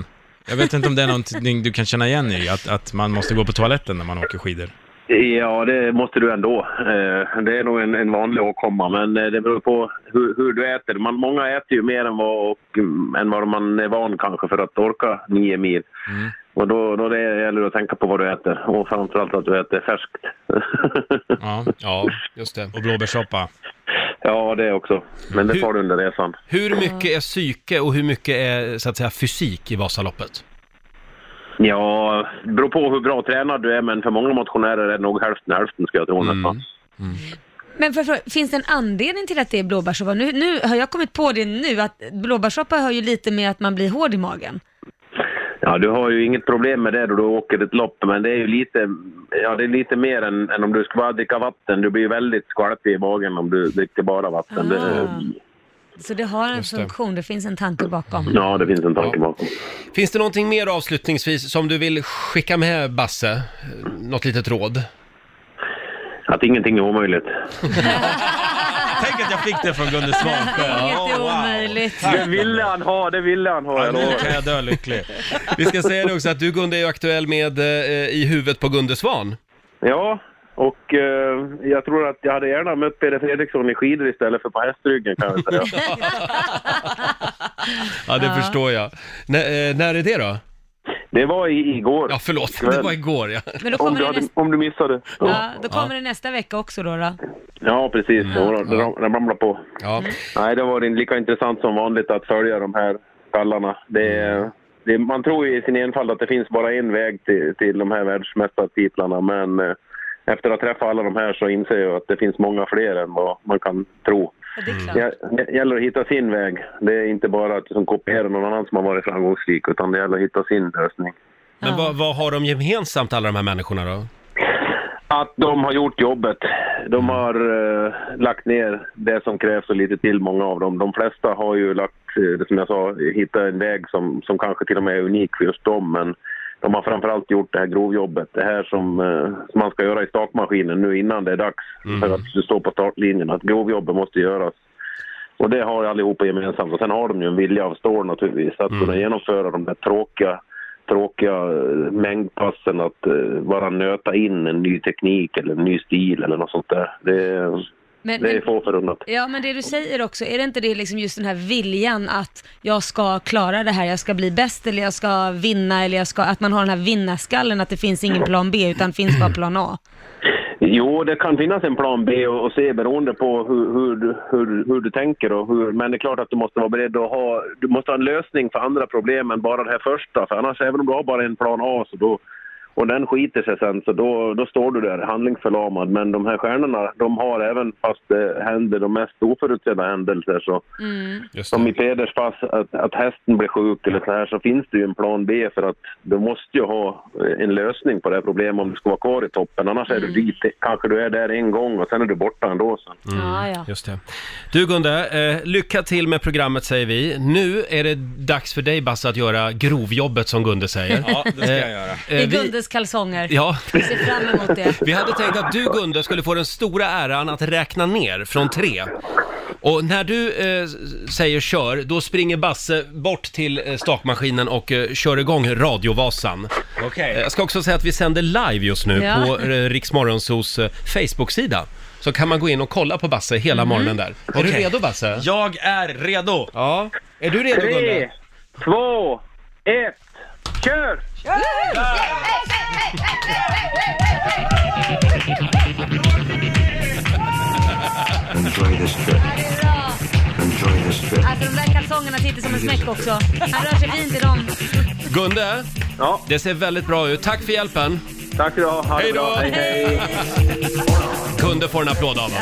Jag vet inte om det är någonting du kan känna igen i, att, att man måste gå på toaletten när man åker skidor.
Ja, det måste du ändå. Eh, Det är nog en, en vanlig åkomma, men eh, det beror på hur, hur du äter. Man, många äter ju mer än vad, och, mm, än vad man är van kanske för att orka nio mil. Och då, då det gäller det att tänka på vad du äter och framförallt att du äter färskt.
Ja,
Ja, just det.
och blåbärssoppa.
ja, det också. Men det
Hur-
tar du under resan.
Hur mycket är psyke och hur mycket är så att säga fysik i Vasaloppet?
Ja, det beror på hur bra tränad du är, men för många motionärer är det nog hälften hälften skulle jag tro nästan.
Men för, för, finns det en anledning till att det är blåbärssoppa? Nu, nu har jag kommit på det nu, att blåbärssoppa har ju lite med att man blir hård i magen.
Ja, du har ju inget problem med det då du åker ett lopp, men det är ju lite, ja, det är lite mer än, än om du ska bara dricka vatten. Du blir ju väldigt skvalpig i magen om du dricker bara vatten. Det,
Ah. Så det har en funktion, det. finns en tanke bakom.
ja, det finns en tanke
Ja.
bakom.
Finns det någonting mer avslutningsvis som du vill skicka med Basse? Eh, Något litet råd?
Att ingenting är omöjligt.
Tänk att jag fick det från Gunde Svansjö.
Inget är omöjligt.
Det ville han ha, det ville han ha. jag
Nu
lovar.
kan jag dö lycklig.
Vi ska säga det också att du Gunde är ju aktuell med eh, I huvudet på Gunde Svan.
Ja, och eh, jag tror att jag hade gärna mött Peder Fredriksson i skidor istället för på hästryggen kan jag säga.
Ja, det
Ja.
förstår jag. N- eh, när är det då?
Det var i, igår.
Ja, förlåt. Det var igår, ja.
Men då
Om
kommer,
du,
det,
hade,
nästa,
om du missade.
ja, då kommer det nästa vecka också då. då.
Ja, precis. Ja. Det ram- det ramlar på.
ja.
Nej, det var det lika intressant som vanligt att följa de här stallarna. Det, är- det, man tror ju i sin enfald att det finns bara en väg till, till de här världsmästartitlarna, men eh, efter att träffa alla de här så inser jag att det finns många fler än vad man kan tro.
Ja, Det är klart.
Det, det gäller att hitta sin väg. Det är inte bara att liksom, kopiera någon annan som har varit framgångsrik, utan det gäller att hitta sin lösning.
Men
Ja.
vad, vad har de gemensamt alla de här människorna då?
Att de har gjort jobbet. De har eh, lagt ner det som krävs och lite till, många av dem. De flesta har ju lagt, eh, det som jag sa, hittat en väg som, som kanske till och med är unik för just dem. Men de har framförallt gjort det här grovjobbet. Det här som, eh, som man ska göra i stakmaskinen nu innan det är dags för att stå på startlinjen. Att grovjobbet måste göras. Och det
Mm.
har ju allihopa gemensamt. Och sen har de ju en vilja av stål naturligtvis. Att kunna genomföra de där tråkiga tråkiga eh, mängdpassen att eh, bara nöta in en ny teknik eller en ny stil eller något sånt där. Det,
Men,
det är
men,
få förunnat.
ja, men det du säger också, är det inte det liksom just den här viljan att jag ska klara det här, jag ska bli bäst eller jag ska vinna eller jag ska, att man har den här vinnarskallen, att det finns ingen plan B utan finns bara plan A?
Jo, det kan finnas en plan B och och C beroende på hur, hur, du- hur, hur du tänker. Och hur, men det är klart att du måste vara beredd att ha, du måste ha en lösning för andra problem än bara det här första. För annars, även om du har bara en plan A så då, och den skiter sig sen, så då, då står du där handlingsförlamad. Men de här stjärnorna, de har även fast det händer de mest oförutsedda händelser så
Just
som
det.
i Peders pass, att, att hästen blir sjuk eller så här, så finns det ju en plan B för att du måste ju ha eh, en lösning på det här problemet om du ska vara kvar i toppen. Annars är du dit, kanske du är där en gång och sen är du borta ändå sen.
Mm. Ja, ja.
Just det. Du Gunde, eh, lycka till med programmet säger vi. Nu är det dags för dig Basse att göra grovjobbet som Gunde säger.
Ja, det ska jag göra.
I
Eh, vi,
Gundes kalsonger.
ja,
Jag ser fram emot det.
vi hade tänkt att du Gunde skulle få den stora äran att räkna ner från tre. Och när du eh, säger kör, då springer Basse bort till eh, stakmaskinen och eh, kör igång radiovasan.
Okej.
Eh, Jag ska också säga att vi sänder live just nu
Ja.
på eh, Rix Morgonzos eh, Facebook-sida. Så kan man gå in och kolla på Basse hela morgonen där. Är du
Okej.
redo Basse?
Jag är redo!
Ja. Är du redo Gunde?
två, ett, kör!
Enjoy this trip. Enjoy this trip.
Alltså de där kalsongerna sitter som en smäck också. Han rör sig fint i dem.
Gunde,
Ja,
det ser väldigt bra ut. Tack för hjälpen.
tack idag. Ha det bra. Hej, hej.
Gunde får en applåd av oss.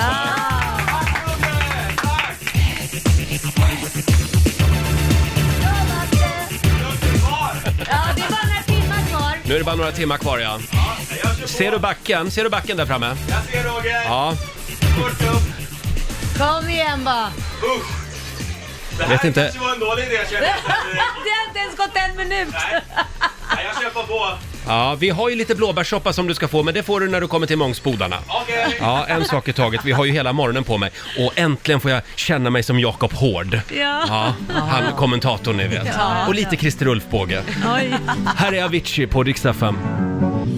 Ja, det är bara några timmar kvar.
Nu är det bara några timmar kvar ja. Ser du backen? Ser du backen där framme?
Jag ser Roger!
Ja.
Kom igen bara.
Det
Vet inte.
kanske var en dålig idé känner jag.
Det har inte ens gått en minut.
Nej, jag köper på.
ja, vi har ju lite blåbärssoppa som du ska få, men det får du när du kommer till Mångsbodarna.
Okej.
Ja, en sak i taget. Vi har ju hela morgonen på mig. Och äntligen får jag känna mig som Jakob Hård.
Ja.
Ja, han kommentatorn ni vet. Och lite Christer Ulfbåge.
Oj.
Här är Avicii på riksdag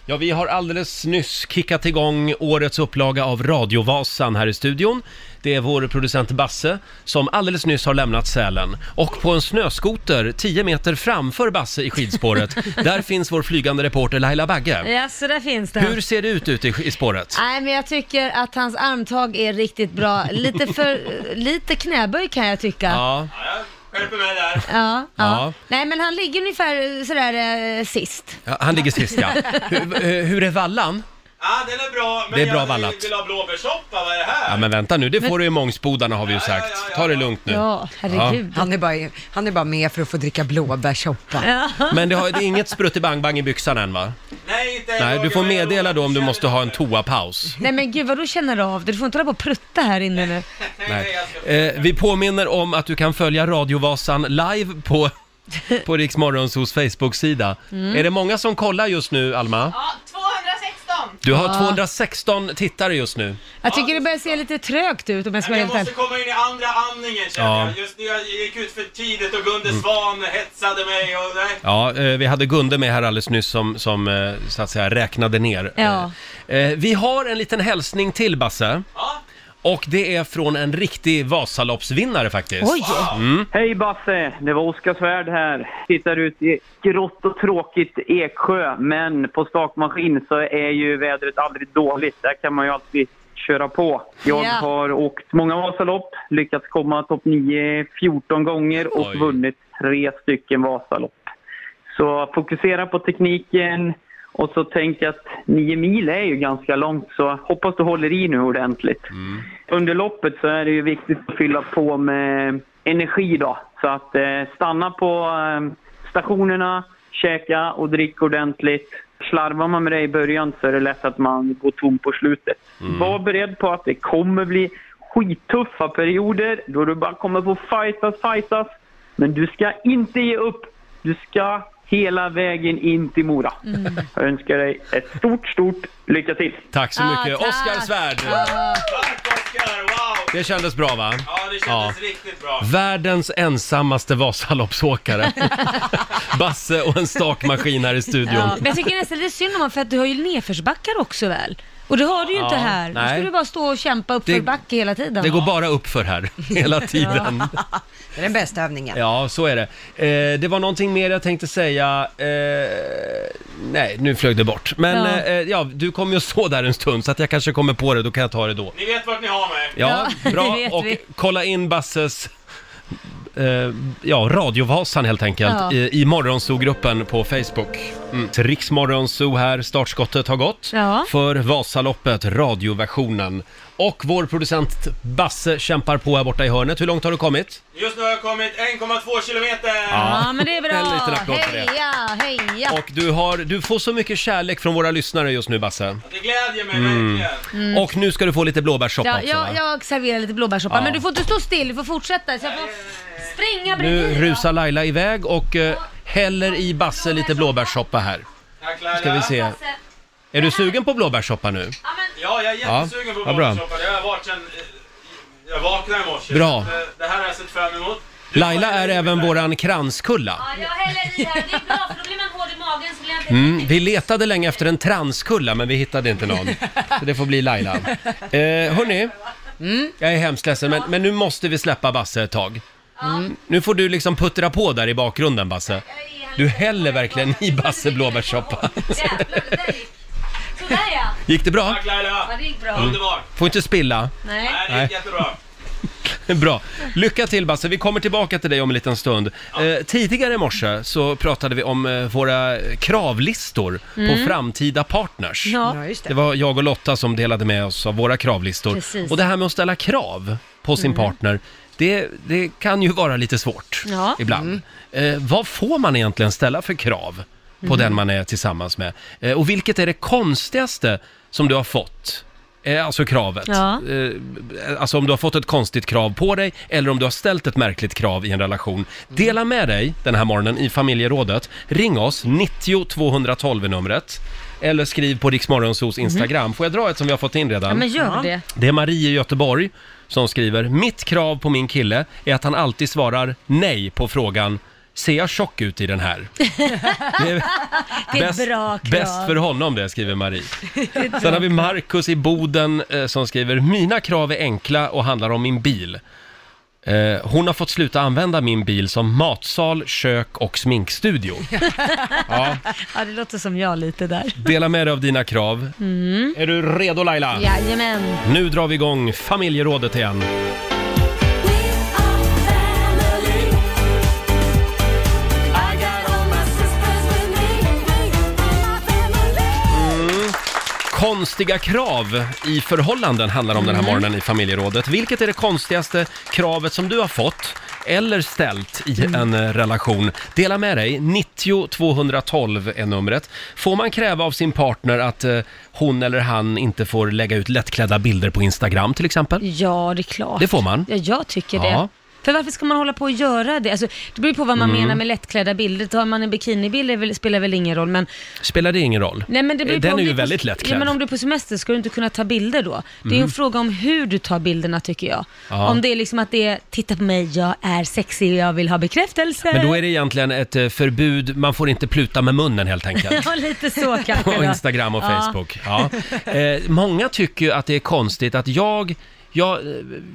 Ja, vi har alldeles nyss kickat igång årets upplaga av Radiovasan här i studion. Det är vår producent Basse som alldeles nyss har lämnat Sälen. Och på en snöskoter 10 meter framför Basse i skidspåret, där finns vår flygande reporter Laila Bagge.
Ja, så där finns det.
Hur ser det ut ute i- i spåret?
Nej, men jag tycker att hans armtag är riktigt bra. Lite för lite knäböj kan jag tycka. Ja,
Ja,
Skärper mig där.
ja.
Ja.
Nej, men han ligger ungefär eh, sådär eh, sist.
ja, han ligger sist ja. Hur, eh, hur är vallan?
Ja, den är bra. Men
Det är bra
jag
vallat.
vill ha blåbärssoppa, vad är det här?
Ja men vänta nu, det får du i Mångsbodarna har vi ju sagt. Ta det lugnt nu.
Ja, herregud.
Han är, bara, han är bara med för att få dricka blåbärssoppa.
Men det, har, det är inget spruttibang-bang i byxan än va?
Nej, inte
Nej, du
Roger,
får
vad är det?
meddela då om du måste ha en toapaus.
Nej men gud vad du känner av det. Du får inte hålla på och prutta här inne nu.
Nej. Eh, vi påminner om att du kan följa Radiovasan live på, på Rix Morgonzos Facebook-sida.
Mm.
Är det många som kollar just nu, Alma?
Ja, 216!
Du har 216 tittare just nu.
Jag tycker det börjar se lite trögt ut om jag ska vara
Jag
helt
måste
ärlig.
komma in i andra andningen känner
Ja. Mm.
jag. Just nu jag gick ut för tidigt och Gunde Svan hetsade mig och nej.
Ja, eh, vi hade Gunde med här alldeles nyss som, som eh, så att säga räknade ner.
Ja.
Eh, eh, vi har en liten hälsning till, Basse.
Ja.
Och det är från en riktig Vasaloppsvinnare faktiskt. Mm.
Oj!
Hej Basse! Det var Oskar Svärd här. Tittar ut i grått och tråkigt Eksjö, men på stakmaskin så är ju vädret aldrig dåligt. Där kan man ju alltid köra på. Jag
Ja.
har åkt många Vasalopp, lyckats komma topp 9 14 gånger och
Oj.
vunnit tre stycken Vasalopp. Så fokusera på tekniken och så tänk att 9 mil är ju ganska långt så hoppas du håller i nu ordentligt.
Mm.
Under loppet så är det ju viktigt att fylla på med energi då. Så att eh, stanna på eh, stationerna, käka och drick ordentligt. Slarvar man med det i början så är det lätt att man går tom på slutet.
Mm.
Var beredd på att det kommer bli skittuffa perioder då du bara kommer få fightas, fightas. Men du ska inte ge upp. Du ska hela vägen in till Mora. Jag önskar dig ett stort, stort lycka till!
Tack så
Ah,
mycket,
tack.
Oskar Svärd!
Tack Oskar, wow!
Det kändes bra va?
Ja, det kändes
Ja.
riktigt bra.
Världens ensammaste Vasaloppsåkare. Basse och en stakmaskin här i studion.
Ja, men jag tycker nästan lite synd om honom för att du har ju nedförsbackar också väl? Och det har du ju
Ja,
inte här. Då
nej.
ska du bara stå och kämpa upp
Det-
för backe hela tiden.
Det går bara upp för här, hela tiden.
Det är den bästa övningen.
Ja, så är det. Eh, det var någonting mer jag tänkte säga. Eh, nej, nu flög det bort. Men
Ja.
Eh, ja, du kommer ju att stå där en stund så att jag kanske kommer på det, då kan jag ta det då.
Ni vet vart ni har mig.
Ja,
Ja, det
bra.
vet
Och
vi.
kolla in Basses eh, ja, Radiovasan helt enkelt
Ja.
i, i Morgonzoo-gruppen på Facebook. Mm. Riks Morgonzoo här, startskottet har gått
Ja.
för Vasaloppet, radioversionen. Och vår producent Basse kämpar på här borta i hörnet. Hur långt har du kommit?
Just nu har jag kommit 1,2 kilometer.
Ja, men det är bra.
En liten applåd för det.
Heja, heja.
Och du, har, du får så mycket kärlek från våra lyssnare just nu Basse. Mm.
Det glädjer mig verkligen.
Och nu ska du få lite blåbärssoppa
Mm. Ja,
också va?
jag, jag serverar lite blåbärssoppa,
Ja.
men du får inte stå still, du får fortsätta. Så jag får springa
Nu
bredvid.
rusar Laila iväg och eh, häller i Basse lite blåbärssoppa här.
Tack Laila.
Ska vi se. Är du sugen på blåbärssoppa nu?
Ja, men,
Ja, jag är
Ja,
jättesugen på
vad bra.
morgonsoppa. Det har jag varit sen... eh, Jag vaknade i morse.
Bra.
Så att, eh, Det här har jag sett fram emot. Du
Laila
får-
är även våran kranskulla.
ja, jag häller i här, det är bra för då blir man hård i magen så blir jag inte...
Mm, vi letade länge efter en transkulla men vi hittade inte någon. Så det får bli Laila. Eh, hörni, jag är hemskt ledsen men, men nu måste vi släppa Basse ett tag. Nu får du liksom puttra på där i bakgrunden Basse. Du häller verkligen i Basse blåbärssoppa.
Jävlar, det där gick. Sådär ja.
Gick det bra?
Tack Laila. Mm.
Ja, det gick bra.
Underbart.
Får inte spilla.
Nej.
Nej, det
Nej.
gick jättebra.
Bra. Lycka till Basse, vi kommer tillbaka till dig om en liten stund. Eh, tidigare i morse så pratade vi om eh, våra kravlistor på framtida partners.
Mm. Ja.
Ja, just
Det
det.
var jag och Lotta som delade med oss av våra kravlistor.
Precis. Mm.
Och det här med att ställa krav på sin partner, det, det kan ju vara lite svårt
Ja. Mm.
ibland. Eh, vad får man egentligen ställa för krav på den man är tillsammans med? Eh, och vilket är det konstigaste som du har fått? Eh, alltså kravet.
Ja.
Eh, alltså om du har fått ett konstigt krav på dig eller om du har ställt ett märkligt krav i en
Mm.
relation. Dela med dig den här morgonen i familjerådet. Ring oss, 90 212 är numret. Eller skriv på Riksmorgonsos Instagram. Får jag dra ett som vi har fått in redan?
Mhm. ja, men gör det.
Det är Marie i Göteborg som skriver Mitt krav på min kille är att han alltid svarar nej på frågan Ser jag tjock ut i den här? Det är
Det är ett bra krav.
bäst för honom det, skriver Marie. Sen har vi Markus i Boden eh, som skriver Mina krav är enkla och handlar om min bil. Eh, hon har fått sluta använda min bil som matsal, kök och sminkstudio. Ja,
Ja, det låter som jag lite där. Mm.
dela med dig av dina krav. Är du redo Laila?
Jajamän.
Nu drar vi igång familjerådet igen. Konstiga krav i förhållanden handlar om den här
Mm.
morgonen i familjerådet. Vilket är det konstigaste kravet som du har fått eller ställt i
Mm.
en eh, relation? Dela med dig, 90 212 är numret. Får man kräva av sin partner att eh, hon eller han inte får lägga ut lättklädda bilder på Instagram till exempel?
Ja, det är klart.
Det får man.
Ja, jag tycker
Ja. Mm.
det. För varför ska man hålla på och göra det? Alltså, det beror ju på vad man menar med lättklädda bilder. Tar man en bikinibild är väl- spelar väl ingen roll, men...
Spelar det ingen roll?
Nej, men det beror
Eh, den
på om
är
du
ju
på-
väldigt lättklädd. Mm.
Ja, men om du är på semester ska du inte kunna ta bilder då. Det är ju en fråga om hur du tar bilderna tycker jag.
Ja.
Om det är liksom att det är, titta på mig, jag är sexig, jag vill ha bekräftelse.
Men då är det egentligen ett eh, förbud, man får inte pluta med munnen helt enkelt.
Ja, lite så kanske
På
då.
Instagram och
Ja.
Facebook. Ja. Eh, många tycker ju att det är konstigt att jag, jag,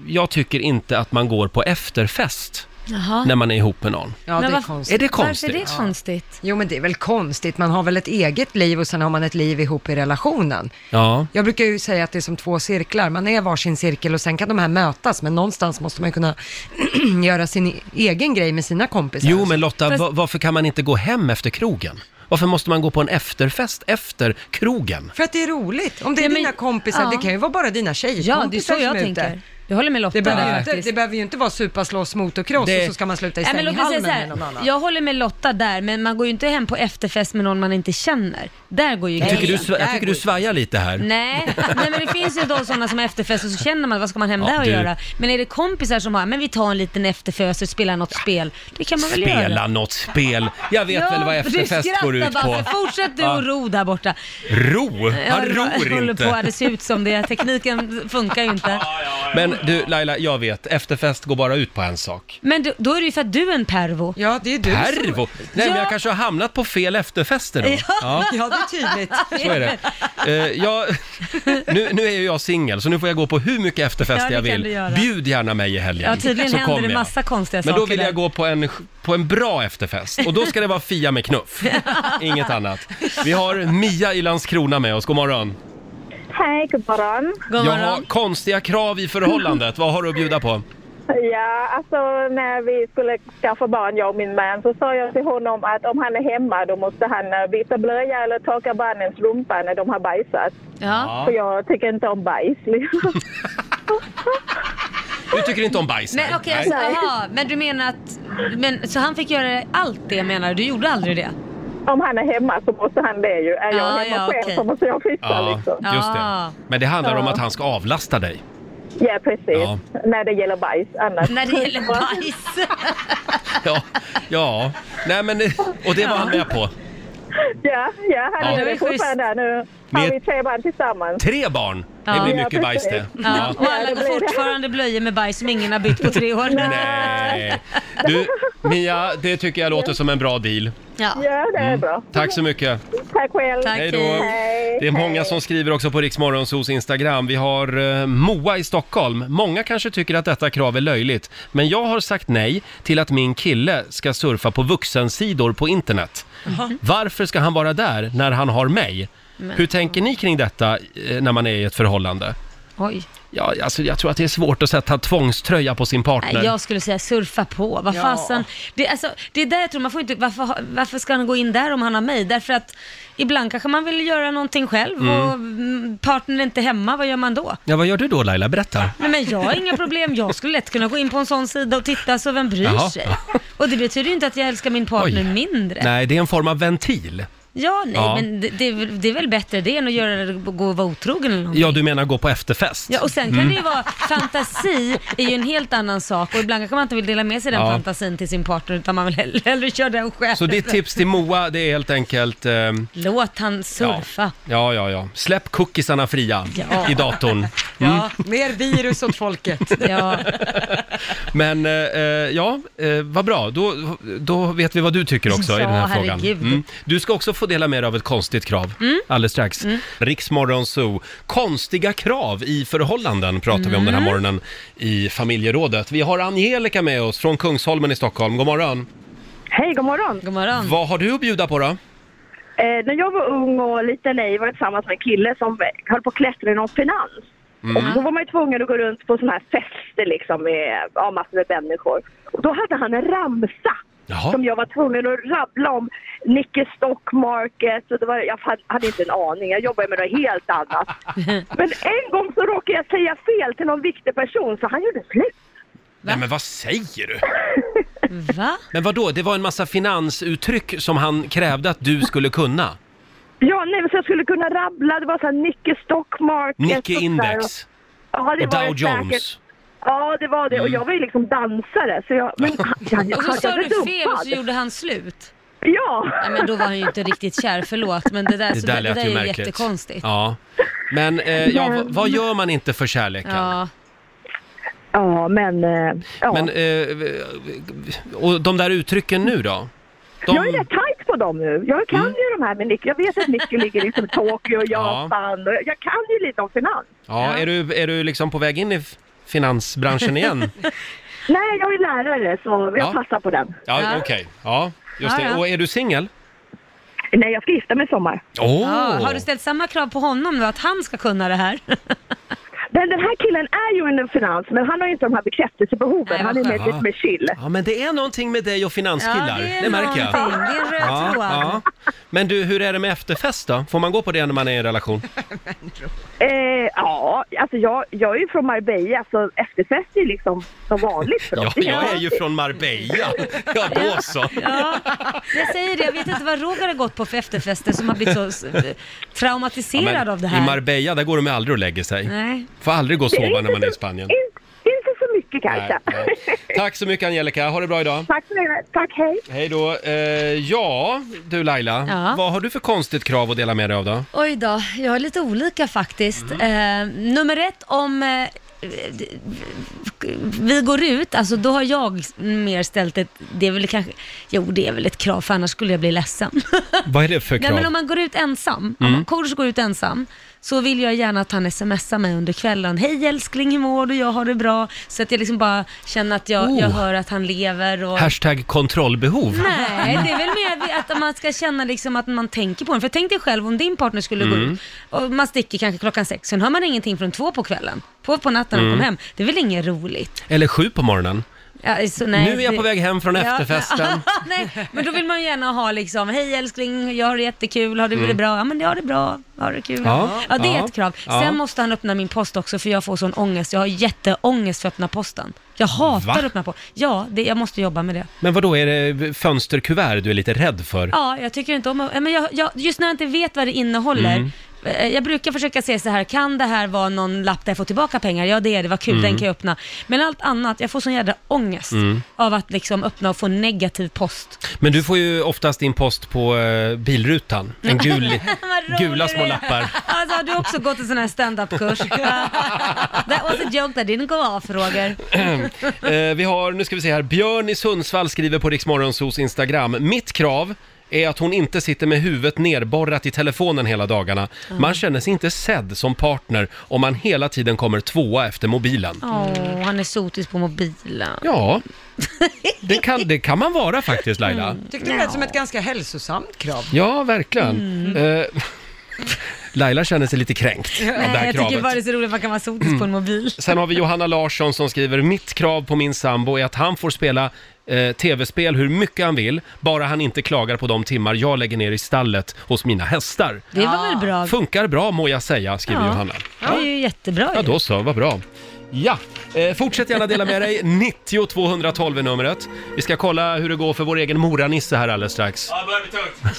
jag tycker inte att man går på efterfest
Jaha.
när man är ihop med någon.
Ja, det
Men
är
vad-
konstigt.
Är det
Varför
konstigt?
är det konstigt?
Jo, men det är väl konstigt. Man har väl ett eget liv och sen har man ett liv ihop i relationen.
Ja.
Jag brukar ju säga att det är som två cirklar. Man är varsin cirkel och sen kan de här mötas, men någonstans måste man ju kunna göra sin egen grej med sina kompisar.
Jo, men Lotta,
Fast-
va- varför kan man inte gå hem efter krogen? Varför måste man gå på en efterfest efter krogen?
För att det är roligt. Om det är
Ja, men-
dina kompisar,
ja.
det kan ju vara bara dina tjejkompisar
Ja, det är så
som
jag
är ute.
tänker. Jag håller med Lotta
Det behöver, ju
där
inte,
faktiskt.
det behöver ju inte vara supa, slåss, motocross
Det-
och så ska man sluta i
Nej, men låt mig säga
sänghalmen
så
med
här,
någon annan.
jag håller med Lotta där, men man går ju inte hem på efterfest med någon man inte känner. Där går ju
Jag tycker, du,
gränsen.
sv- jag tycker du svajar lite här.
Nej, nej men det finns ju då sådana som har efterfest och så känner man vad ska man hem
Ja,
där och
du-
göra. Men är det kompisar som har, men vi tar en liten efterfest och spelar något spel. Det kan man väl
Spela
göra?
något spel. Jag vet väl vad efterfest går ut
Du
på.
skrattar bara, fortsätt du och ro där borta.
Ro?
Ja,
Han
jag
ror
håller på,
inte.
det ser ut som det. Tekniken funkar ju inte.
Ja, ja,
Men du Laila, jag vet, efterfest går bara ut på en sak.
Men du, då är det ju för att du är en pervo.
Ja, det är du
Pervo! Nej, men jag kanske har hamnat på fel efterfester då. Ja.
Ja, det är tydligt.
Så är det. Eh, jag, nu, nu är ju jag singel, så nu får jag gå på hur mycket efterfest
Ja, det
jag
kan
vill.
du göra.
Bjud gärna mig i helgen,
Ja, tydligen
så
händer
kommer
det
jag.
massa konstiga
Men
saker
då vill
där.
jag gå på en, på en bra efterfest och då ska det vara Fia med knuff. Inget annat. Vi har Mia i Landskrona med oss, god morgon.
Hej, god morgon.
God
Jag
morgon.
har konstiga krav i förhållandet, vad har du att bjuda på?
Ja, alltså när vi skulle skaffa barn, jag och min man, så sa jag till honom att om han är hemma då måste han eh, byta blöja eller torka barnens rumpa när de har bajsat.
Ja.
För jag tycker inte om bajs. liksom.
Du tycker inte om bajs?
Men okej,
Nej.
alltså, aha, men du menar att... Men, så han fick göra allt det menar du? Du gjorde aldrig det?
om han är hemma så måste han det ju. Är jag
Ja,
hemma
ja,
själv
okej.
så måste jag fixa
Ja,
liksom.
just det.
Ah.
Men det handlar om
Ja.
att han ska avlasta dig.
Ja, precis.
Ja.
När det gäller bajs. Annars.
När det gäller bajs?
Ja, ja. Nej, men, och det var han med på.
Ja, ja, han
Ja.
är
Det är
det fortfarande där nu.
Ni är-
Har vi tre barn tillsammans.
Tre barn! Det
Ja.
blir
Ja,
mycket bajs det.
precis.
Ja.
Ja. Och alla
det
går
blir det.
fortfarande blöjor med bajs som ingen har bytt på tre år.
Nej. Du, Mia, det tycker jag låter som en bra deal.
Ja.
Ja, det är bra.
Tack så mycket.
Tack själv.
Tack.
Hej då.
Hej.
Det är många som skriver också på Riksmorgonsos Instagram. Vi har eh, Moa i Stockholm. Många kanske tycker att detta krav är löjligt, men jag har sagt nej till att min kille ska surfa på vuxensidor på internet. Varför ska han vara där när han har mig? Hur tänker ni kring detta eh, när man är i ett förhållande?
Oj.
Ja, alltså jag tror att det är svårt att sätta tvångströja på sin partner.
Nej, jag skulle säga surfa på. Vad
Ja.
fasen. Det, alltså, det är där jag tror man får inte, varför, ha- varför ska han gå in där om han har mig? Därför att ibland kanske man vill göra någonting själv och mm, partnern är inte hemma, vad gör man då?
Ja, vad gör du då Laila? Berätta.
Nej, men jag har inga problem, jag skulle lätt kunna gå in på en sån sida och titta så vem bryr
Jaha.
sig? Och det betyder ju inte att jag älskar min partner
Oj.
mindre.
Nej, det är en form av ventil.
Ja, nej,
Ja.
men det, det, är väl- det är väl bättre det än att göra, det- gå och vara otrogen eller någonting.
Ja, du menar gå på efterfest? Mm.
Ja, och sen kan det ju vara, fantasi är ju en helt annan sak och ibland kanske man inte vill dela med sig den
Ja.
fantasin till sin partner utan man vill hellre, hellre köra den själv.
Så ditt tips till Moa, det är helt enkelt... ehm,
Låt han surfa.
Ja, ja, ja. Släpp cookiesarna fria
Ja.
i datorn. Mm.
Ja, mer virus åt folket.
Ja.
Men eh, eh, ja, eh, vad bra. Då, då vet vi vad du tycker också
Ja,
i den här
herregud.
frågan. Mm. Du ska också få dela med dig av ett konstigt krav alldeles strax. Mm. Riksmorgon Zoo. Konstiga krav i förhållanden pratar vi om den här morgonen i familjerådet. Vi har Angelica med oss från Kungsholmen i Stockholm. God morgon.
Hej, god morgon.
God morgon.
Vad har du att bjuda på då?
Eh, när jag var ung och liten naiv var jag tillsammans med en kille som höll på att klättra i någon finans.
Mm.
Mm.
Och då var man ju tvungen att gå runt på sådana här fester liksom med ja, massor med människor. Och då hade han en ramsa
Jaha.
som jag var tvungen att rabbla om. Nicke Stock Market och det var, jag hade- hade inte en aning. Jag jobbade med något helt annat. Men en gång så råkade jag säga fel till någon viktig person så han gjorde slut.
Nej, men vad säger du?
Va?
Men vad då? Det var en massa finansuttryck som han krävde att du skulle kunna.
Alltså,
Ja, nej, men så jag skulle kunna rabbla. Det var så här Nicke Stock Market.
Nikkei
och så här.
Index
Ja, det
och
var
Dow
det säkert.
Jones. Mm.
Ja, det var det. Och jag var ju liksom dansare. Så jag, men, jag,
Och så sa
blev
du fel och så
dumpad.
gjorde han slut.
Ja,
Nej, men då var han ju inte riktigt kär, förlåt. Men det där,
Det
så
där lät
det där
ju
är ju
märkligt.
jättekonstigt.
Ja. Men eh, ja, v- vad gör man inte för kärleken?
Ja.
ja men... eh, Ja.
Men, eh, och de där uttrycken nu då? De, Mm.
Jag är rätt tajt på dem nu. Jag kan ju de här med Nick. Jag vet att Nick ligger liksom i Tokyo och
Ja.
Japan. Och jag kan ju lite om finans.
ja, är, du, är du liksom på väg in i f- finansbranschen igen?
Nej, jag är lärare så jag
Ja.
passar på den.
Ja,
Ja.
okej. Ja, just
Ja,
det.
ja.
Och är du singel?
Nej, jag ska gifta mig i sommar.
Åh!
Ja, har du ställt samma krav på honom nu, att han ska kunna det här?
Den, den här killen är ju inom finans, men han har ju inte de här bekräftelsebehoven.
Nej, vad
han är mer
skönt.
lite mer chill.
Ja, men det är någonting med dig och finanskillar. det, märker jag.
någonting. Det är en röd
Ja,
tråd.
ja. Men du, hur är det med efterfest då? Får man gå på det när man är i en relation?
Eh, ja, alltså jag, jag är ju från Marbella så efterfest är ju liksom som vanligt för
Ja,
oss.
jag är ju från Marbella. Ja, då så.
Ja, jag säger det. Jag vet inte vad Roger har gått på för efterfester som har blivit så s-
Ja,
traumatiserad
men
av det
I
här.
Marbella, där går de aldrig och lägger sig.
Nej.
Får aldrig gå och
Det
sova
inte
när man
så-
är i Spanien.
Inte, inte så mycket kanske.
Nej, nej. Tack så mycket Angelica, ha det bra idag.
Tack så mycket. Tack, hej.
Hej då. Eh, ja, du Laila,
Ja.
vad har du för konstigt krav att dela med dig av då? Mm.
Oj då, jag har lite olika faktiskt. Eh, nummer ett om eh, eh, vi går ut, alltså då har jag mer ställt ett, det är väl kanske, jo det är väl ett krav för annars skulle jag bli ledsen.
Vad är det för krav?
Nej men om man går ut ensam, om
Mm.
man- Korosh går ut ensam, så vill jag gärna att han smsar mig under kvällen. Hej älskling, hur mår du? Jag har det bra. Så att jag liksom bara känner att jag, jag
Oh.
hör att han lever och...
Hashtag kontrollbehov.
Nej, det är väl mer att man ska känna liksom att man tänker på en. För tänk dig själv om din partner skulle gå
Mm.
ut och man sticker kanske klockan sex, sen hör man ingenting från två på kvällen. På, på natten när man
Mm.
kommer hem. Det är väl inget roligt?
Eller sju på morgonen.
Ja, så nej,
nu är jag
det-
på väg hem från
Ja.
efterfesten.
nej, men då vill man ju gärna ha liksom, hej älskling, jag har det jättekul, har du
Mm.
det bra? Ja men jag har det bra, har det kul.
Ja.
ja det är
Ja.
ett krav.
Ja.
Sen måste han öppna min post också för jag får sån ångest, jag har jätteångest för att öppna posten. Jag hatar
Va?
att öppna posten. Ja, det, jag måste jobba med det.
Men vad då är det fönsterkuvert du är lite rädd för?
Ja, jag tycker inte om att- ja, men jag, jag, Just när jag inte vet vad det innehåller.
Mm.
eh, Jag brukar försöka se så här, kan det här vara någon lapp där jag får tillbaka pengar? Ja det är det, vad kul,
Mm.
den kan jag öppna. Men allt annat, jag får sån jädra ångest
Mm.
av att liksom öppna och få negativ post.
Men du får ju oftast din post på eh, bilrutan. En gul,
Vad rolig
gula
du
små
är.
lappar.
Alltså har du också gått en sån här stand-up-kurs? That was a joke that didn't go off, Roger.
Eh, vi har, nu ska vi se här, Björn i Sundsvall skriver på Riksmorgonsos Instagram. Mitt krav är att hon inte sitter med huvudet nerborrat i telefonen hela dagarna. Man känner sig inte sedd som partner om man hela tiden kommer tvåa efter mobilen.
Åh,
Mm.
han är sotis på mobilen.
Ja, det kan, det kan man vara faktiskt Laila.
Mm.
Tyckte det lät som ett ganska hälsosamt krav.
Ja, verkligen.
Mm.
Eh, Laila känner sig lite kränkt av det
Nej,
här
jag tycker
kravet. Mm.
bara det är så roligt att man kan vara sotis på en mobil.
Sen har vi Johanna Larsson som skriver, mitt krav på min sambo är att han får spela eh, tv-spel hur mycket han vill, bara han inte klagar på de timmar jag lägger ner i stallet hos mina hästar.
Det var väl
Ah.
bra?
Funkar bra må jag säga, skriver Johanna.
Det är ju jättebra
Ja,
ju.
då så, vad bra. Ja, eh, fortsätt gärna dela med dig. 90 212 är numret. Vi ska kolla hur det går för vår egen Moranisse här alldeles strax.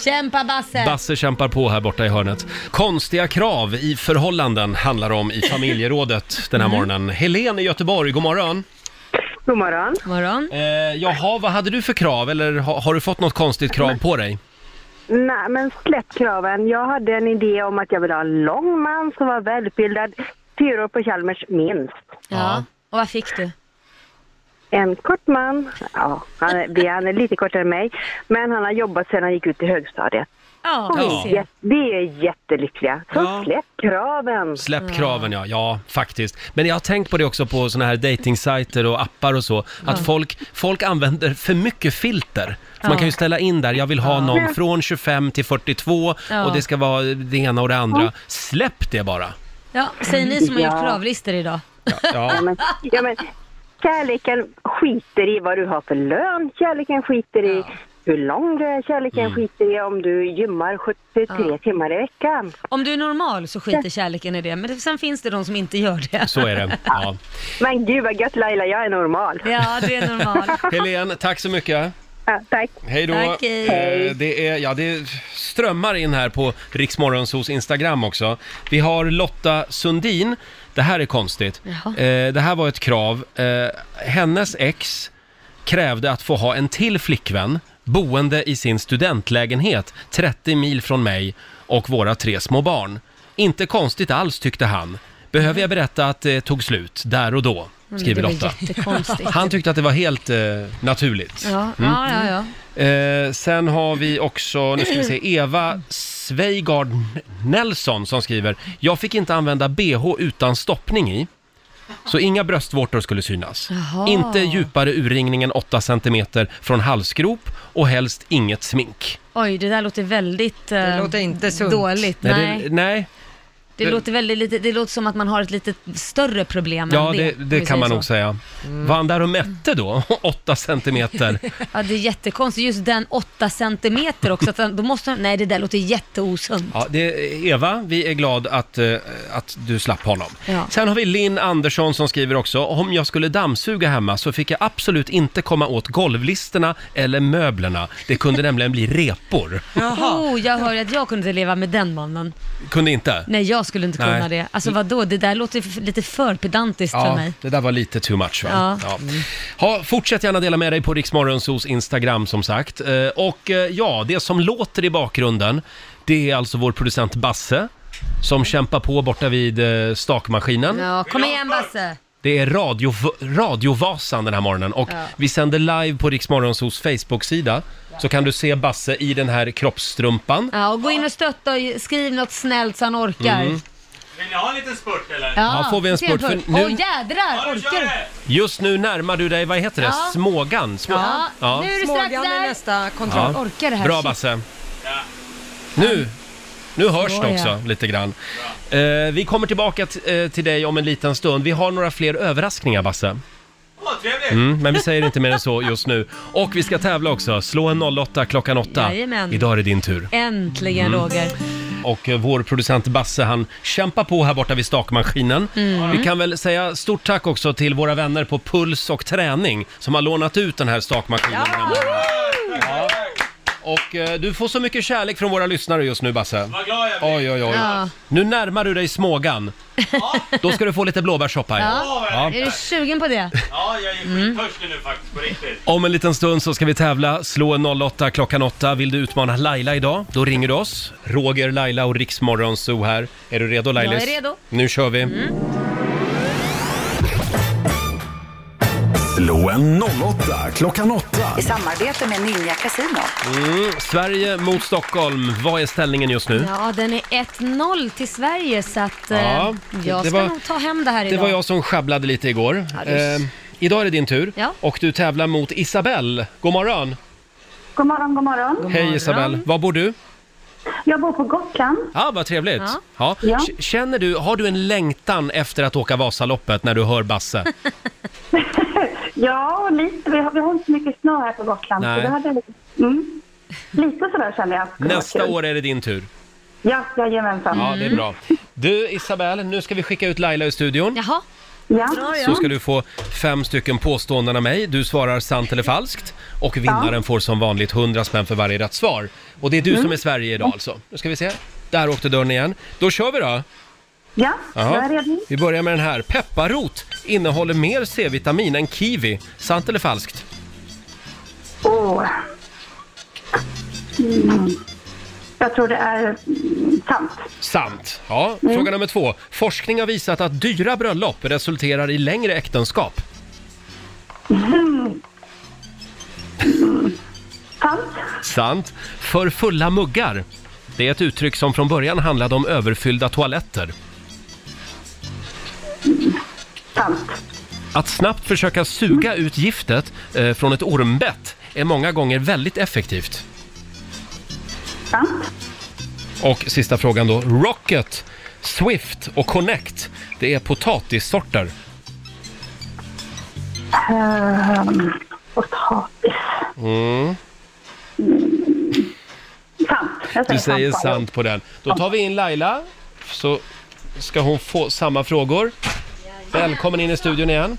Kämpa Basse!
Basse kämpar på här borta i hörnet. Konstiga krav i förhållanden handlar om i familjerådet den här
Mm.
morgonen. Helen i Göteborg, god morgon.
God morgon.
morgon.
Eh, jaha, vad hade du för krav? Eller ha, har du fått något konstigt krav på dig?
Nej, men släpp kraven. Jag hade en idé om att jag ville ha en lång man som var välutbildad, fyra år på Chalmers minst.
Ja. Och vad fick du?
En kort man, ja, han är, vi- han är lite kortare än mig, men han har jobbat sedan han gick ut i högstadiet.
Ja,
Och vi
Ja.
är jätte- Vi är jättelyckliga. Så
Ja.
släpp kraven.
Släpp kraven ja, ja faktiskt. Men jag har tänkt på det också på såna här datingsajter och appar och så, att folk, folk använder för mycket filter. Man
Ja.
kan ju ställa in där, jag vill ha någon från 25 till 42
Ja.
och det ska vara det ena och det andra. Släpp det bara!
ja säger ni som har gjort
Ja.
kravlistor idag.
Ja,
Ja,
men, ja, men, kärleken skiter i vad du har för lön, kärleken skiter i hur lång du är, kärleken skiter i om du gymmar 73
Ja.
timmar i veckan.
Om du är normal så skiter kärleken i det, men det- sen finns det de som inte gör det.
så är det. Ja.
Men gud vad gött Laila, jag är normal.
Ja, du är normal.
Helen, tack så mycket!
Ja, tack.
Hej då!
Tack, hej.
Eh, Det, är, ja, det strömmar in här på Riksmorgonsos Instagram också. Vi har Lotta Sundin. Det här är konstigt.
Jaha.
Eh, Det här var ett krav. Eh, Hennes ex krävde att få ha en till flickvän boende i sin studentlägenhet 30 mil från mig och våra tre små barn. Inte konstigt alls tyckte han. Behöver jag berätta att det tog slut där och då, skriver
Mm. det var
Lotta.
jättekonstigt.
Han tyckte att det var helt eh, naturligt.
Ja, ja, ja, ja.
Eh, sen har vi också, nu ska vi se, Eva Sveigard Nelson som skriver Jag fick inte använda bh utan stoppning i. Så inga bröstvårtor skulle synas.
Jaha.
Inte djupare urringning än 8 cm från halsgrop och helst inget smink.
Oj, det där låter väldigt eh,
Det låter inte sunt.
dåligt. Nej,
det,
det,
nej det-
låter väldigt lite, det låter som att man har ett lite större problem
Eh, ja
än
det,
det.
det,
om vi
kan man
säger
nog
så. Mm.
säga. Var han där och mätte då? 8 cm.
Ja, det är jättekonstigt. Just den 8 centimeter också. Att den, då måste, nej, det där låter jätteosunt.
Ja, det, Eva, vi är glad att, eh, att du slapp honom.
Ja.
Sen har vi Linn Andersson som skriver också, om jag skulle dammsuga hemma så fick jag absolut inte komma åt golvlisterna eller möblerna. Det kunde nämligen bli repor.
Oh, jag hör ju att jag kunde inte leva med den mannen.
Kunde inte?
Nej, jag skulle inte kunna
Nej.
det. Alltså vadå, det där låter f- lite för pedantiskt för
Ja,
mig.
det där var lite too much va?
Ja.
Ha, fortsätt gärna dela med dig på Riksmorgonsos Instagram som sagt. Eh, Och eh, ja, det som låter i bakgrunden, det är alltså vår producent Basse som kämpar på borta vid eh, stakmaskinen.
Ja, kom igen Basse.
Det är radio, Radiovasan den här morgonen och vi sänder live på Rix Morgonzos Facebook-sida. Så kan du se Basse i den här kroppstrumpan.
Ja, och gå in och stötta och skriv något snällt så han orkar.
Mm.
Vill ni ha en liten spurt eller?
Ja, får vi en
se en
spurt, för
spurt.
nu-
Åh jädrar, orkar du?
Just nu närmar du dig, vad heter det?
Ja.
Smågan? Små...
Ja,
Ja.
nu är du strax
Smågan
där.
är nästa kontroll.
Ja.
Orkar det här?
Bra Basse. Nu, nu hörs det
Åh, ja.
också lite grann. Eh, vi kommer tillbaka t- eh, till dig om en liten stund. Vi har några fler överraskningar Basse.
Åh, trevligt!
Mm, men vi säger inte mer än så just nu. Och vi ska tävla också. Slå en 08 klockan 8.
Jajamän.
Idag är det din tur.
Äntligen
Mm.
Roger.
Och eh, vår producent Basse han kämpar på här borta vid stakmaskinen. Vi kan väl säga stort tack också till våra vänner på Puls och Träning som har lånat ut den här stakmaskinen. Ja. Och eh, du får så mycket kärlek från våra lyssnare just nu Basse.
Vad glad jag blir!
Oj, oj, oj.
Ja.
Nu närmar du dig Smågan. Då ska du få lite blåbärssoppa. Ja.
Ja. Är du sugen på det? Mm.
Ja, jag är skittörstig nu faktiskt, på riktigt.
Om en liten stund så ska vi tävla. Slå en 08 klockan 8. Vill du utmana Laila idag? Då ringer du oss. Roger, Laila och Riksmorgon Zoo här. Är du redo Lailis?
är redo. Mm.
Nu kör vi.
Slå en 08 klockan 8.
I samarbete med Ninja Casino.
Mm. Sverige mot Stockholm. Vad är ställningen just nu?
Ja, den är 1-0 till Sverige så att eh,
Mm. Ja,
jag
det
ska
var-
nog ta hem det här
Det
idag.
var jag som sjabblade lite igår.
Ja, du-
eh, idag är det din tur.
Ja.
Och du tävlar mot Isabelle. God morgon!
God morgon, god morgon.
Hej Isabelle! Var bor du?
Jag bor på Gotland.
Ja, ah, vad trevligt.
Ja.
Ja.
Ja.
K- Känner du, har du en längtan efter att åka Vasaloppet när du hör Basse?
Ja, och lite. Vi har, vi har inte så mycket snö här på Gotland.
Nej.
Så det hade, mm, lite sådär känner jag. Det var
Nästa
kul.
år är det din tur.
Ja, jajamensan.
Ja, det är bra. Du Isabelle, nu ska vi skicka ut Laila ur studion.
Jaha,
Ja.
Så ska du få fem stycken påståenden av mig. Du svarar sant eller falskt. Och vinnaren får som vanligt 100 spänn för varje rätt svar. Och det är du som är Sverige idag alltså. Nu ska vi se. Där åkte dörren igen. Då kör vi då!
Ja,
Ja.
jag är redo.
Vi börjar med den här. Pepparrot innehåller mer C-vitamin än kiwi. Sant eller falskt?
Åh. Mm. Jag tror det är mm, sant.
Sant. Ja, fråga nummer två. Forskning har visat att dyra bröllop resulterar i längre äktenskap.
Mm. Sant.
Sant. För fulla muggar. Det är ett uttryck som från början handlade om överfyllda toaletter.
Sant.
Att snabbt försöka suga ut giftet eh, från ett ormbett är många gånger väldigt effektivt.
Sant.
Och sista frågan då. Rocket, Swift och Connect, det är potatissorter.
Ehm, potatis. Mm. Sant. Jag säger
Du säger
bara.
sant på den. Då tar vi in Laila, så ska hon få samma frågor. Välkommen in i studion igen.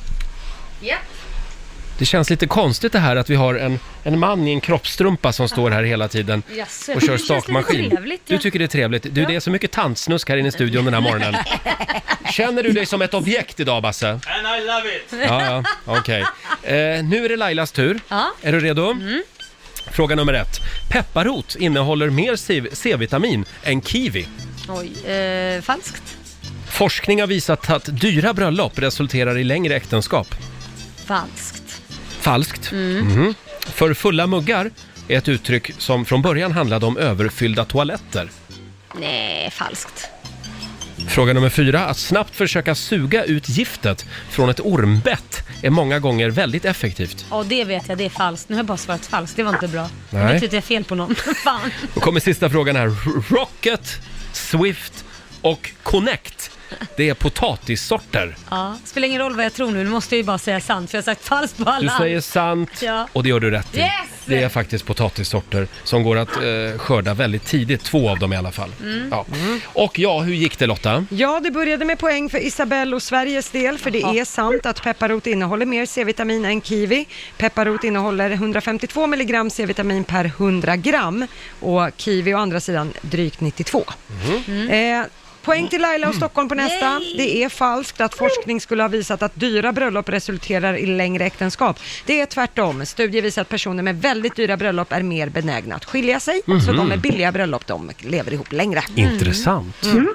Det känns lite konstigt det här att vi har en, en man i en kroppstrumpa som står här hela tiden
jaså.
och kör
Det känns lite
stakmaskin.
trevligt,
Du
ja.
tycker det är trevligt. Du, det är så mycket tantsnusk här inne i studion den här morgonen. Känner du dig som ett objekt idag, Basse?
And I love it!
Ja, ja, okej. Eh, nu är det Lailas tur.
Ja.
Är du redo? Fråga nummer ett. Pepparrot innehåller mer C- C-vitamin än kiwi.
Oj, eh, falskt.
Forskning har visat att dyra bröllop resulterar i längre äktenskap.
Falskt.
Falskt. Mhm. För fulla muggar är ett uttryck som från början handlade om överfyllda toaletter.
Nej, falskt.
Fråga nummer fyra. Att snabbt försöka suga ut giftet från ett ormbett är många gånger väldigt effektivt.
Ja, det vet jag, det är falskt. Nu har jag bara svarat falskt, det var inte bra.
Nej.
Jag vet att jag är fel på någon. Fan.
Då kommer sista frågan här. Rocket, Swift och Connect. Det är potatissorter.
Ja, spelar ingen roll vad jag tror nu, nu måste jag ju bara säga sant för jag har sagt falskt på alla
Du
andra.
säger sant
Ja.
och det gör du rätt i.
Yes!
Det är faktiskt potatissorter som går att eh, skörda väldigt tidigt. Två av dem i alla fall.
Mm.
Ja. Och ja, hur gick det Lotta?
Ja, det började med poäng för Isabelle och Sveriges del, för det är sant att pepparrot innehåller mer C-vitamin än kiwi. Pepparrot innehåller 152 milligram C-vitamin per 100 gram och kiwi å andra sidan drygt 92.
Mm.
Eh, Poäng till Laila och Stockholm på nästa. Det är falskt att forskning skulle ha visat att dyra bröllop resulterar i längre äktenskap. Det är tvärtom. Studier visar att personer med väldigt dyra bröllop är mer alltså benägna att skilja sig. Så de med billiga bröllop, de lever ihop längre.
Intressant.
Mm.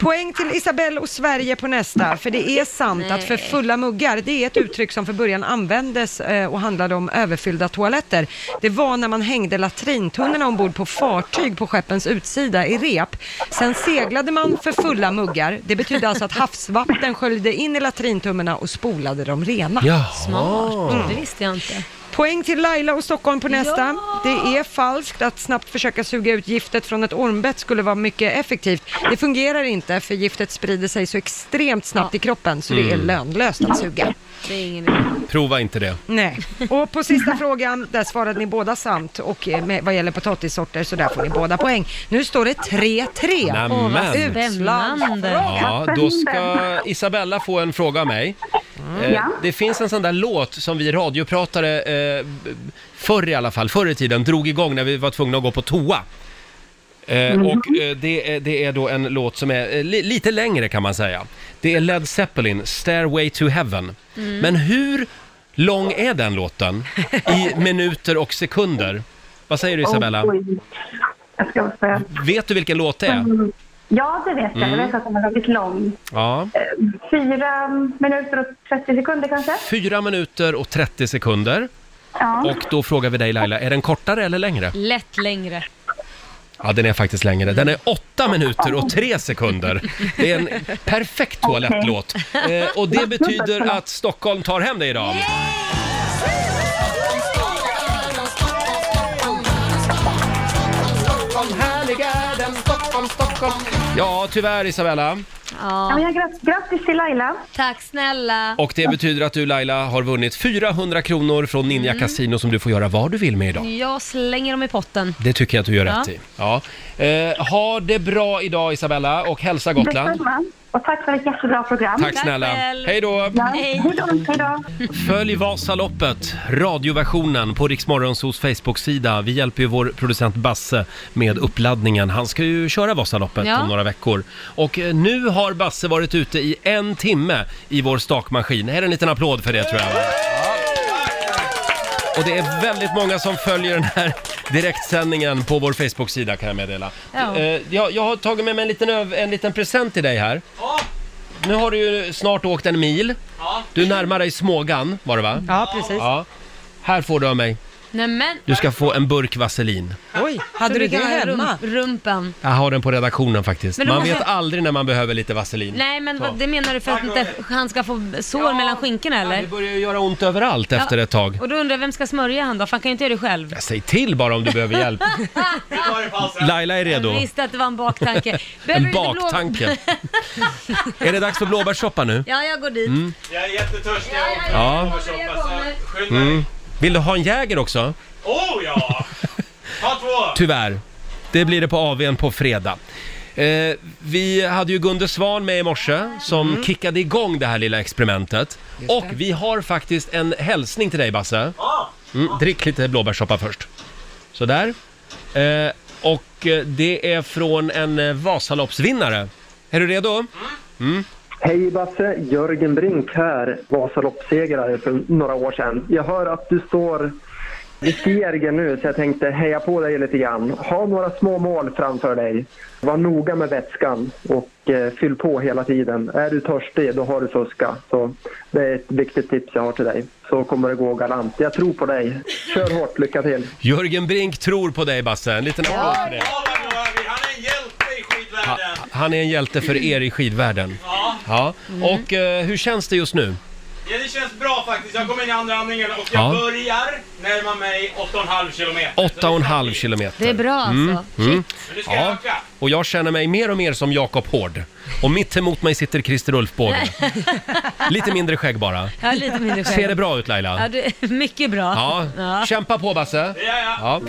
Poäng till Isabelle och Sverige på nästa, för det är sant att för fulla muggar, det är ett uttryck som för början användes eh, och handlade om överfyllda toaletter. Det var när man hängde latrintunnorna ombord på fartyg på skeppens utsida i rep. Sen seglade man för fulla muggar. Det betydde alltså att havsvatten sköljde in i latrintunnorna och spolade dem rena.
Jaha.
Ah.
Smart. Mm. Det visste jag inte.
Poäng till Laila och Stockholm på nästa. Det är falskt att snabbt försöka suga ut giftet från ett ormbett skulle vara mycket effektivt. Det fungerar inte för giftet sprider sig så extremt snabbt i kroppen så det är
Mm.
lönlöst att suga.
Det är ingen idé.
Prova inte det.
Nej. Och på sista frågan, där svarade ni båda sant och eh, med, vad gäller potatissorter så där får ni båda poäng. Nu står det 3-3.
Nämen. Åh, vad
Utslagsfråga.
Ja, då ska Isabella få en fråga av mig. Eh,
Ja.
Det finns en sån där låt som vi radiopratare, eh, b- förr i alla fall, förr i tiden, drog igång när vi var tvungna att gå på toa. Eh,
Mhm.
Och eh, det är, det är då en låt som är eh, li, lite längre kan man säga. Det är Led Zeppelin, Stairway to Heaven.
Mm.
Men hur lång är den låten i minuter och sekunder? Vad säger du Isabella?
Oj. Jag ska säga.
Vet du vilken låt det är?
Mm. Ja, det vet jag.
Mm.
Jag vet att den har varit lång.
Ja.
Fyra minuter och 30 sekunder kanske?
Fyra minuter och 30 sekunder.
Ja.
Och då frågar vi dig Laila, är den kortare eller längre?
Lätt längre.
Ja, den är faktiskt längre. Den är åtta minuter och tre sekunder. Det är en perfekt toalettlåt. Eh, och det betyder att Stockholm tar hem det idag. Ja, tyvärr Isabella.
Ja. men jag, grattis till Laila.
Tack snälla.
Och det betyder att du Laila har vunnit 400 kronor från Ninja Casino som du får göra vad du vill med idag.
Jag slänger dem i potten.
Det tycker jag att du gör
Ja.
rätt i. Ja. Eh, ha det bra idag Isabella och hälsa Gotland.
Detsamma. Och tack för ett jättebra program.
Tack snälla. Hej då.
Ja. Hej då. Hej då.
Följ Vasaloppet, radioversionen på Riksmorgonsos Facebook-sida. Vi hjälper ju vår producent Basse med uppladdningen. Han ska ju köra Vasaloppet
Ja.
om några veckor. Och eh, nu har Basse varit ute i en timme i vår stakmaskin. Här är en liten applåd för det tror jag. Och det är väldigt många som följer den här direktsändningen på vår Facebook-sida kan jag meddela.
Ja.
Eh, Jag, jag har tagit med mig en liten, öv- en liten present till dig här. Nu har du ju snart åkt en mil. Du närmar dig Smågan var det va?
Ja, precis.
Ja. Här får du av mig.
Nämen.
Du ska få en burk vaselin.
Oj, hade
Så
du det
kan ha
hemma?
rump- Rumpan.
Jag har den på redaktionen faktiskt.
Men de
Man
måste-
vet aldrig när man behöver lite vaselin.
Nej men
Så.
vad, det menar du för att inte, han ska få sår mellan skinkorna eller? det
börjar ju göra ont överallt efter ett tag.
Och då undrar jag vem ska smörja han då? För han kan ju inte göra det själv.
Säg till bara om du behöver hjälp. Laila är redo.
Jag visste att det var en baktanke.
En
du inte blå-
baktanke. Är det dags för blåbärssoppa nu?
ja, jag går dit.
Mm.
Jag är jättetörstig.
Ja. Mm. Vill du ha en Jäger också?
Oh ja! Ta två!
Tyvärr. Det blir det på AWn på fredag. Eh, vi hade ju Gunde Svan med i morse som kickade igång det här lilla experimentet. Och vi har faktiskt en hälsning till dig Basse. Mm, drick lite blåbärssoppa först. Sådär. Eh, och eh, det är från en eh, Vasaloppsvinnare. Är du redo? Mm.
Hej Basse, Jörgen Brink här, Vasaloppssegrare för några år sedan. Jag hör att du står i Stiergen nu så jag tänkte heja på dig lite grann. Ha några små mål framför dig. Var noga med vätskan och eh, fyll på hela tiden. Är du törstig då har du fuska. Så det är ett viktigt tips jag har till dig. Så kommer det gå galant. Jag tror på dig. Kör hårt, lycka till!
Jörgen Brink tror på dig Basse. En liten applåd för det. Ha- Han är en hjälte för er i skidvärlden. Ja. Och eh, hur känns det just nu?
Ja, det känns bra faktiskt. Jag kom in i andra andningen och
Ja.
jag börjar närma mig 8,5 kilometer.
8,5 kilometer.
Det är bra alltså.
Mm.
Men nu ska jag
Ja.
öka.
Och jag känner mig mer och mer som Jakob Hård. Och mitt emot mig sitter Christer Ulfbåge. Lite mindre skägg bara.
Ja, lite mindre själv.
Ser det bra ut Laila?
Ja, det, mycket bra.
Ja, kämpa på Basse.
Ja,
Ja.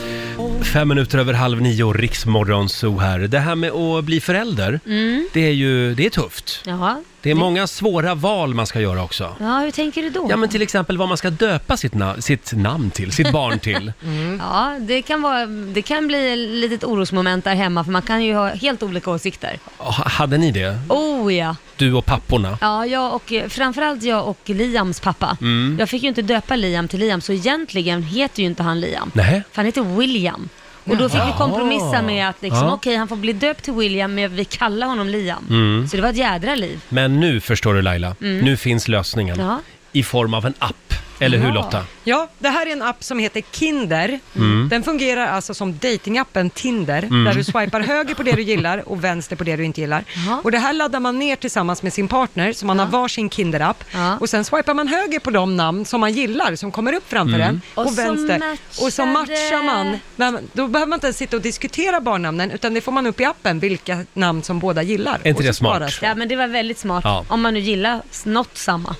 Fem minuter över halv nio, Riksmorgon Zoo här. Det här med att bli förälder,
Mm.
det är ju det är tufft.
Jaha.
Det är många svåra val man ska göra också.
Ja, hur tänker du då?
Ja, men till exempel vad man ska döpa sitt, na- sitt namn till, sitt barn till.
Mm. Ja, det kan, vara, det kan bli ett litet orosmoment där hemma för man kan ju ha helt olika åsikter.
H- hade ni det?
Oh ja.
Du och papporna?
Ja, jag och, eh, framförallt jag och Liams pappa.
Mm.
Jag fick ju inte döpa Liam till Liam, så egentligen heter ju inte han Liam.
Nej.
För han heter William. Och då fick vi
Jaha.
kompromissa med att liksom,
Ja.
okej han får bli döpt till William men vi kallar honom Liam.
Mm.
Så det var ett jädra liv.
Men nu förstår du Laila,
Mm.
nu finns lösningen.
Ja.
I form av en app, eller hur
Ja.
Lotta?
Ja, det här är en app som heter Kinder.
Mm.
Den fungerar alltså som datingappen Tinder,
Mm.
där du swipar höger på det du gillar och vänster på det du inte gillar. Och det här laddar man ner tillsammans med sin partner, så man har varsin Kinder-app. Och sen swipar man höger på de namn som man gillar, som kommer upp framför
Mm.
en, och,
Och så
vänster.
matchar
Och så matchar man. Men då behöver man inte ens sitta och diskutera barnnamnen, utan det får man upp i appen, vilka namn som båda gillar.
Är inte
Och så
det smart?
sparas
Ja men det var väldigt smart.
Ja.
Om man nu gillar något samma.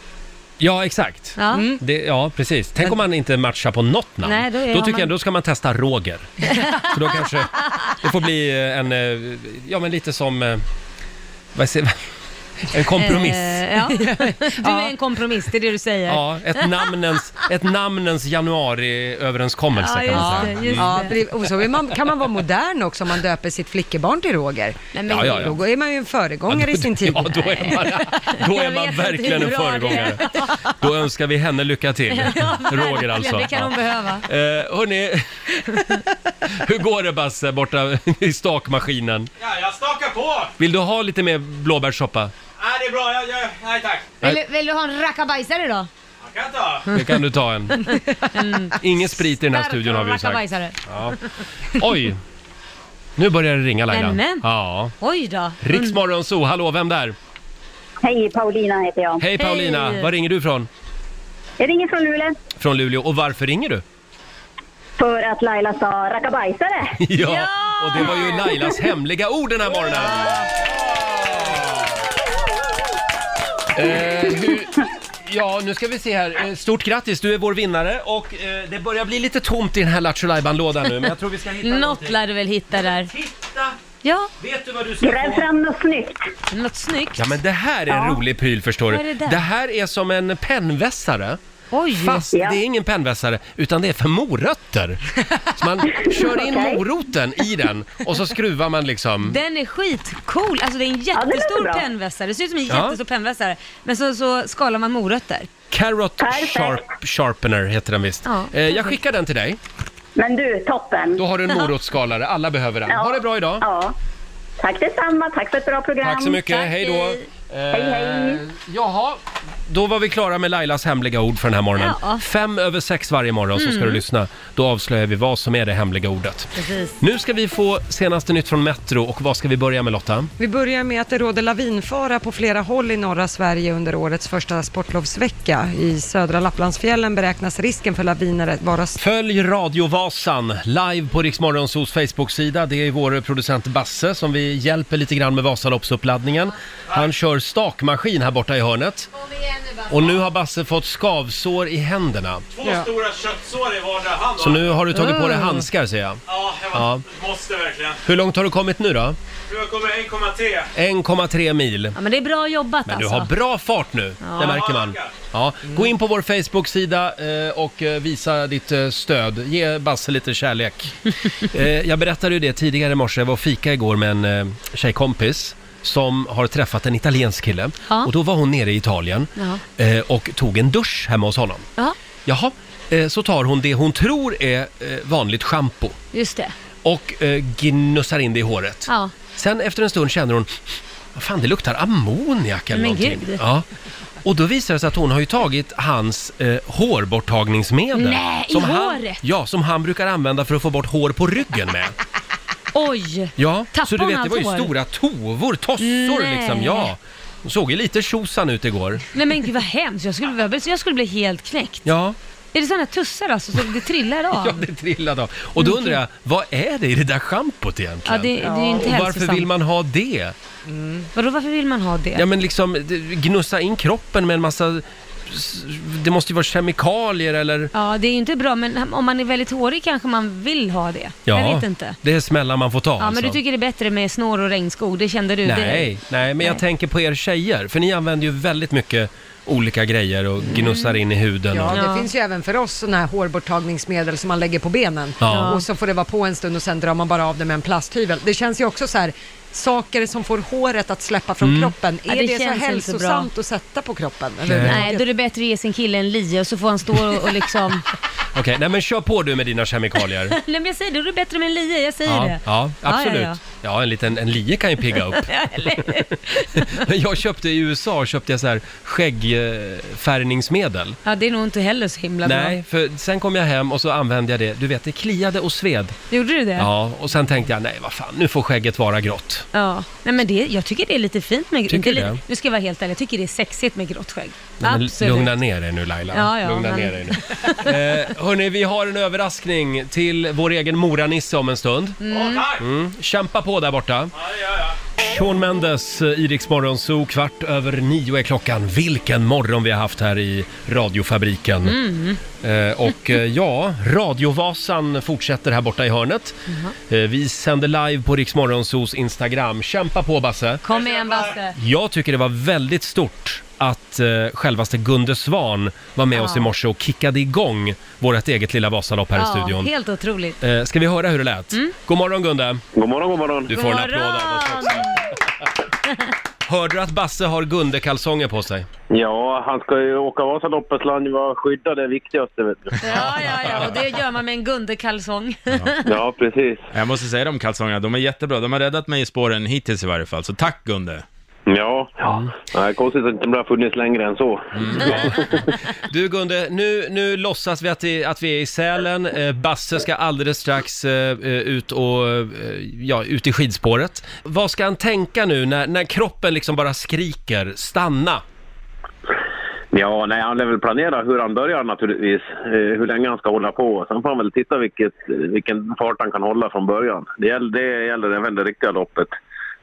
Ja, exakt.
Ja. Mm.
Det, ja, precis. Tänk om man inte matchar på något namn.
Nej, då är-
då
har
tycker
man-
jag då ska man testa Roger. För då kanske det får bli eh, en, eh, ja men lite som, eh, vad säger en kompromiss.
Eh, ja. Du är en kompromiss, det är det du säger.
Ja, ett namnens, ett namnens januariöverenskommelse kan man säga. Mm.
Ja, för det- och så vill man, kan man vara modern också om man döper sitt flickebarn till Roger.
men- Ja, ja, ja.
Då är man ju en föregångare i sin tid.
Ja, då är man, då är
Jag vet
man
inte
verkligen
hur
en
bra det är.
föregångare. Då önskar vi henne lycka till.
Ja,
Roger
verkligen.
alltså.
Det kan hon
Ja.
behöva.
Eh, hörni, hur går det Basse borta i stakmaskinen?
Ja, jag stakar på!
Vill du ha lite mer blåbärssoppa?
Nej, det är bra. Jag, jag, nej, tack.
Nej,
Vill, vill du ha en rackabajsare då?
det kan du ta en.
Mm.
Ingen sprit i den här studion har vi ju sagt.
Rackabajsare.
Ja. Oj, nu börjar det ringa Laila.
Nämen.
Ja.
Oj då.
Riksmorgon Zoo, hallå, vem där?
Hej, Paulina heter jag.
Hej Paulina, var ringer du ifrån?
Jag ringer från Luleå
Från Luleå, och varför ringer du?
för att Laila sa rackabajsare.
Ja, och det var ju Lailas hemliga ord den här morgonen. Eh, hur, ja, nu ska vi se här. Eh, Stort grattis, du är vår vinnare och eh, det börjar bli lite tomt i den här Lattjo lådan nu, men jag tror vi ska hitta
Något lär du väl hitta där.
Titta!
Ja.
Vet du vad du
ska Gräv få? fram något snyggt.
Något snyggt?
Ja, men det här är en rolig pryl förstår
Vad är
du.
det där?
Det här är som en pennvässare.
Oj.
Fast det är ingen pennvässare, utan det är för morötter. Så man kör in
Okej.
moroten i den och så skruvar man liksom.
Den är skitcool, alltså det är en jättestor
bra.
pennvässare, det ser ut som en
Ja.
jättestor pennvässare. Men så, så skalar man morötter.
Carrot
Perfekt.
sharp, Sharpener heter den visst.
Ja,
eh, jag
perfekt.
skickar den till dig.
Men du, toppen.
Då har du en morotsskalare, alla behöver den. Ha det bra idag!
Ja. Tack detsamma, tack för ett bra program.
Tack så mycket, hej då!
Hej, hej.
Eh, Jaha, då var vi klara med Lailas hemliga ord för den här morgonen.
Ja.
Fem över sex varje morgon så ska
Mm.
du lyssna. Då avslöjar vi vad som är det hemliga ordet.
Precis.
Nu ska vi få senaste nytt från Metro och vad ska vi börja med Lotta?
Vi börjar med att det råder lavinfara på flera håll i norra Sverige under årets första sportlovsvecka. I södra Lapplandsfjällen beräknas risken för laviner vara s-
Följ Radio Vasan live på Riksmorgonsos Facebook-sida. Det är vår producent Basse som vi hjälper lite grann med Vasaloppsuppladdningen. Han kör stakmaskin här borta i hörnet. Och nu har Basse fått skavsår i händerna.
Två stora köttsår i vardera hand.
Så nu har du tagit på dig
Ah.
Mm.
handskar ser jag.
Ja, jag var,
Ja.
måste verkligen.
Hur långt har du kommit nu då?
Nu kommer 1,3.
1,3 mil.
Ja men det är bra jobbat
Men du
alltså.
har bra fart nu,
Ja.
det märker man. Ja. Gå in på vår Facebook-sida eh, och eh, visa ditt eh, stöd. Ge Basse lite kärlek. Eh, Jag berättade ju det tidigare i morse, jag var och fika igår med en eh, tjejkompis som har träffat en italiensk kille.
Ja.
Och då var hon nere i Italien
Ja.
eh, och tog en dusch hemma hos honom.
Ja,
Jaha, eh, så tar hon det hon tror är eh, vanligt schampo
just det.
och eh, gnussar in det i håret.
Ja.
Sen efter en stund känner hon, vad fan det luktar ammoniak eller
Men
någonting.
gud.
Ja. Och då visar det sig att hon har ju tagit hans eh, hårborttagningsmedel.
Nej, i
han,
håret?
Ja, som han brukar använda för att få bort hår på ryggen med.
Oj!
Ja,
Tappade
så du
hon
vet det
allt
var ju
hår?
stora tovor, tossor
Nej.
liksom. Ja. Hon såg ju lite tjosan ut igår.
Nej men gud vad hemskt, jag skulle, jag bli- jag skulle bli helt knäckt.
Ja,
Är det sådana tussar alltså, så det trillar av?
ja det trillade av. Och då
Men
undrar jag, vad är det i det där schampot egentligen?
Mm. Ja, det- det är ju inte
Och Varför
hälsosamt. Mm.
vill man ha det?
Vadå varför vill man ha det?
Ja men liksom det- gnussa in kroppen med en massa, det måste ju vara kemikalier eller?
Ja, det är ju inte bra, men om man är väldigt hårig kanske man vill ha det. Jag vet inte.
det är smällar man får ta
Ja,
alltså.
men du tycker det är bättre med snår och regnskog, det kände du
Nej,
direkt.
nej, men jag
Nej.
tänker på er tjejer, för ni använder ju väldigt mycket olika grejer och gnussar
Mm.
in i huden.
Ja,
och...
det finns ju även för oss sådana här hårborttagningsmedel som man lägger på benen.
Ja.
Och så får det vara på en stund och sen drar man bara av det med en plasthyvel. Det känns ju också så här, saker som får håret att släppa från
Mm.
kroppen.
Ja,
Är
det
det, så
känns inte så bra.
hälsosamt att sätta på kroppen?
Nej, då är det bättre att ge sin kille en lie och så får han stå och, och liksom
Okej, nej men kör på du med dina kemikalier.
Nej men jag säger det, du är bättre med en lie, jag säger
Ja,
det.
ja, absolut.
Ja,
Ja, en liten en lie kan ju pigga upp. Men jag köpte i USA köpte jag så här skäggfärgningsmedel.
ja, det är nog inte heller så himla
Nej,
bra.
för sen kom jag hem och så använde jag det. Du vet, det kliade och sved.
Gjorde du det?
Ja, och sen tänkte jag, nej vad fan, nu får skägget vara grått.
Ja. Nej, men det, jag tycker det är lite fint med grått.
Tycker
inte
du
li-
det?
Nu ska jag vara helt ärlig, jag tycker det är sexigt med grått skägg.
Nej, men
Absolut.
lugna ner dig nu Laila.
Ja, ja,
lugna
men-
ner dig nu. Eh, hörni, vi har en överraskning till vår egen Moranisse om en stund.
Mm.
Mm. Kämpa på där borta. Sean Mendes, Iriks morgonzoo, kvart över nio är klockan. Vilken morgon vi har haft här i radiofabriken.
Mm.
Eh, och eh, ja, Radiovasan fortsätter här borta i hörnet. Eh, vi sänder live på Rix Morgonzoos Instagram. Kämpa på Basse!
Kom igen Basse.
Jag tycker det var väldigt stort att eh, självaste Gunde Svan var med
Ja.
oss i morse och kickade igång vårt eget lilla Vasalopp här i studion.
Helt otroligt.
Eh, ska vi höra hur det lät? God morgon Gunde!
God morgon, Mm. god morgon!
Du får en applåd av oss också. Hörde du att Basse har Gunde-kalsonger på sig?
Ja, han ska ju åka Vasaloppet, så han var skyddad det viktigaste vet du.
Ja, ja, ja, och det gör man med en Gunde-kalsong.
Ja, precis.
Jag måste säga de kalsongerna, de är jättebra. De har räddat mig i spåren hittills i varje fall, så tack Gunde.
Ja, Nej, konstigt att det inte har funnits längre än så.
Mm. Du Gunde, nu, nu låtsas vi att, det, att vi är i Sälen. Eh, Basse ska alldeles strax eh, eh, ut, och, eh, ja, ut i skidspåret. Vad ska han tänka nu när, när kroppen liksom bara skriker stanna?
Ja, nej, han lär väl planera hur han börjar naturligtvis, eh, hur länge han ska hålla på. Sen får han väl titta vilket, vilken fart han kan hålla från början. Det gäller, det gäller även det riktiga loppet,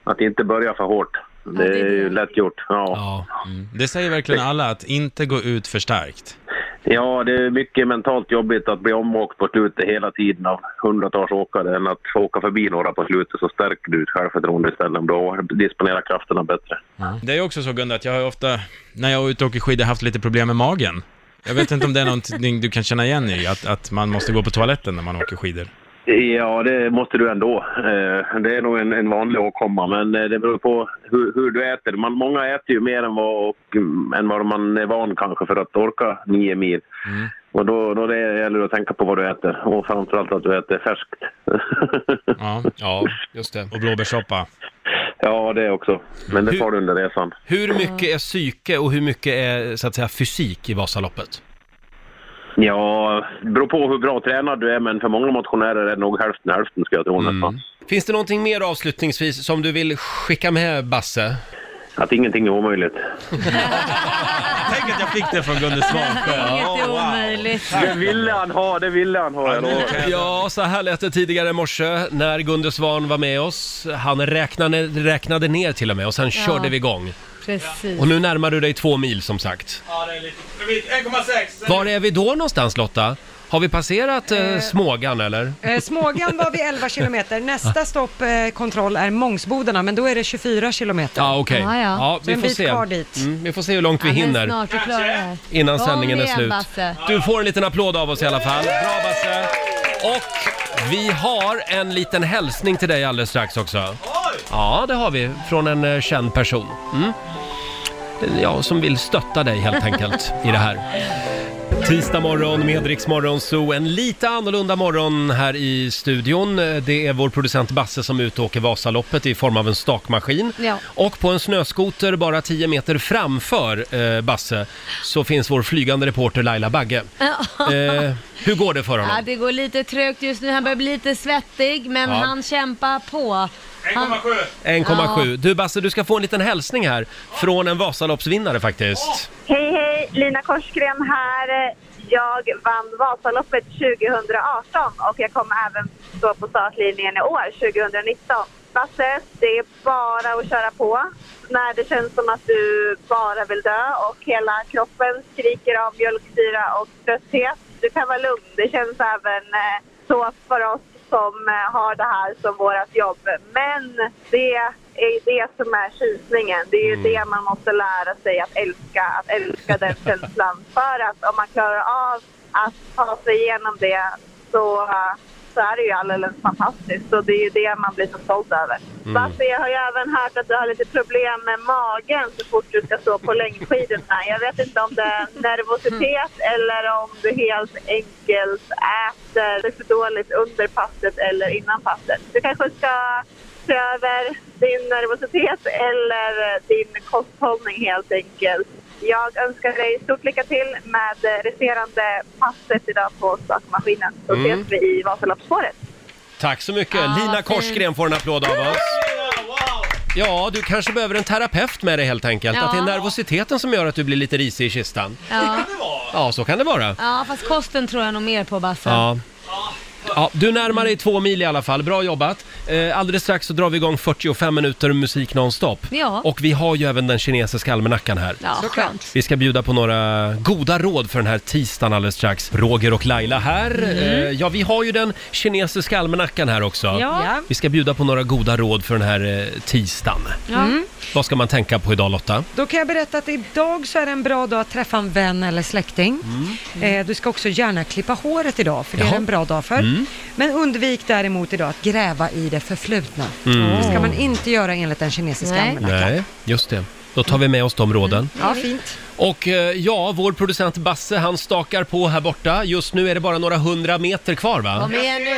att inte börja för hårt. Det är ju lätt gjort. Ja.
Mm. Det säger verkligen alla, att inte gå ut för starkt.
ja, det är mycket mentalt jobbigt att bli omåkt på slutet hela tiden av hundratals åkare än att få åka förbi några på slutet så stärker du ditt självförtroende istället. Då disponerar krafterna bättre.
Det är också så Gunde, att jag har ofta, när jag är ute och åker skidor, haft lite problem med magen. Jag vet inte om det är någonting du kan känna igen i, att, att man måste gå på toaletten när man åker skidor.
Ja, det måste du ändå. Eh, Det är nog en, en vanlig åkomma, men eh, det beror på hur, hur du äter. Man, många äter ju mer än vad, och, mm, än vad man är van kanske för att orka nio mil. Och då, då det gäller det att tänka på vad du äter och framförallt att du äter färskt.
Ja,
ja just det.
Och blåbärssoppa.
Ja, det också. Men det får du under resan.
Hur mycket är psyke och hur mycket är så att säga, fysik i Vasaloppet?
Ja, det beror på hur bra tränad du är, men för många motionärer är det nog hälften hälften skulle jag tro nästan.
Finns det någonting mer avslutningsvis som du vill skicka med Basse?
Att ingenting är omöjligt.
Tänk att jag fick det från Gunde Svansjö.
Inget är omöjligt.
Det ville han ha, det ville han ha. jag lovar.
Ja, så här lät det tidigare i morse när Gunde Svan var med oss. Han räknade, räknade ner till och med och sen
Ja.
körde vi igång.
Precis.
Och nu närmar du dig två mil som sagt.
Ja, det är lite... 1,6!
Var är vi då någonstans Lotta? Har vi passerat eh,
Eh.
Smågan eller?
Eh, Smågan var vi 11 kilometer. Nästa stopp, eh, kontroll, är Mångsbodarna, men då är det 24 kilometer.
Ja, okej. Ja,
Så
vi
en
får
bit
se.
kvar dit.
Mm, vi får se hur långt vi
Ja, men
hinner
snart är vi klara här.
innan
Kom
sändningen är
igen,
slut.
Basse.
Du får en liten applåd av oss i alla fall. Bra Basse! Och vi har en liten hälsning till dig alldeles strax också. Ja, det har vi. Från en eh, känd person. Mm. Ja, som vill stötta dig helt enkelt i det här. Tisdag morgon med Rix Morgon Zoo. En lite annorlunda morgon här i studion. Det är vår producent Basse som är ute och åker Vasaloppet i form av en stakmaskin.
Ja.
Och på en snöskoter bara 10 meter framför eh, Basse så finns vår flygande reporter Laila Bagge. Eh, hur går det för
Ja,
honom?
det går lite trögt just nu. Han börjar bli lite svettig, men
Ja.
han kämpar på. Han-
1,7. Du Basse, du ska få en liten hälsning här från en Vasaloppsvinnare faktiskt.
Hej, hej! Lina Korsgren här. Jag vann Vasaloppet 2018 och jag kommer även stå på startlinjen i år, 2019. Basse, det är bara att köra på. När det känns som att du bara vill dö och hela kroppen skriker av mjölksyra och trötthet, du kan vara lugn. Det känns även eh, så för oss som eh, har det här som vårt jobb. Men det är det som är tjusningen. Det är ju det man måste lära sig att älska, att älska den känslan. För att om man klarar av att ta sig igenom det så eh, så är det ju alldeles fantastiskt och det är ju det man blir så stolt över.
Mm.
Basse, jag har ju även hört att du har lite problem med magen så fort du ska stå på längdskidorna. Jag vet inte om det är nervositet eller om du helt enkelt äter för dåligt under passet eller innan passet. Du kanske ska se över din nervositet eller din kosthållning helt enkelt. Jag önskar dig stort lycka till med det resterande passet idag på stakmaskinen. Så
Mm.
ses vi i Vasaloppsspåret.
Tack så mycket. Lina Korsgren får en applåd av oss. Ja, du kanske behöver en terapeut med dig helt enkelt.
Ja.
Att det är nervositeten som gör att du blir lite risig i kistan.
Ja.
Ja, så kan det vara.
ja, fast kosten tror jag nog mer på Basse.
Ja. Ja, du närmar dig två mil i alla fall. Bra jobbat. Eh, alldeles strax så drar vi igång 45 minuter musik nonstop.
Ja.
Och vi har ju även den kinesiska almanackan här.
Ja, skönt.
Vi ska bjuda på några goda råd för den här tisdagen alldeles strax. Roger och Laila här.
Mm.
Eh, ja, vi har ju den kinesiska almanackan här också.
Ja.
Vi ska bjuda på några goda råd för den här eh, tisdagen.
Ja. Mm.
Vad ska man tänka på idag Lotta?
Då kan jag berätta att idag så är det en bra dag att träffa en vän eller släkting. Eh, du ska också gärna klippa håret idag, för det
Mm. Jaha.
är en bra dag för.
Mm.
Men undvik däremot idag att gräva i det förflutna.
Mm.
Det ska man inte göra enligt den kinesiska almanackan.
Nej, just det. Då tar vi med oss de råden.
Ja, fint.
Och eh, ja, vår producent Basse han stakar på här borta. Just nu är det bara några hundra meter kvar va?
Kom igen nu!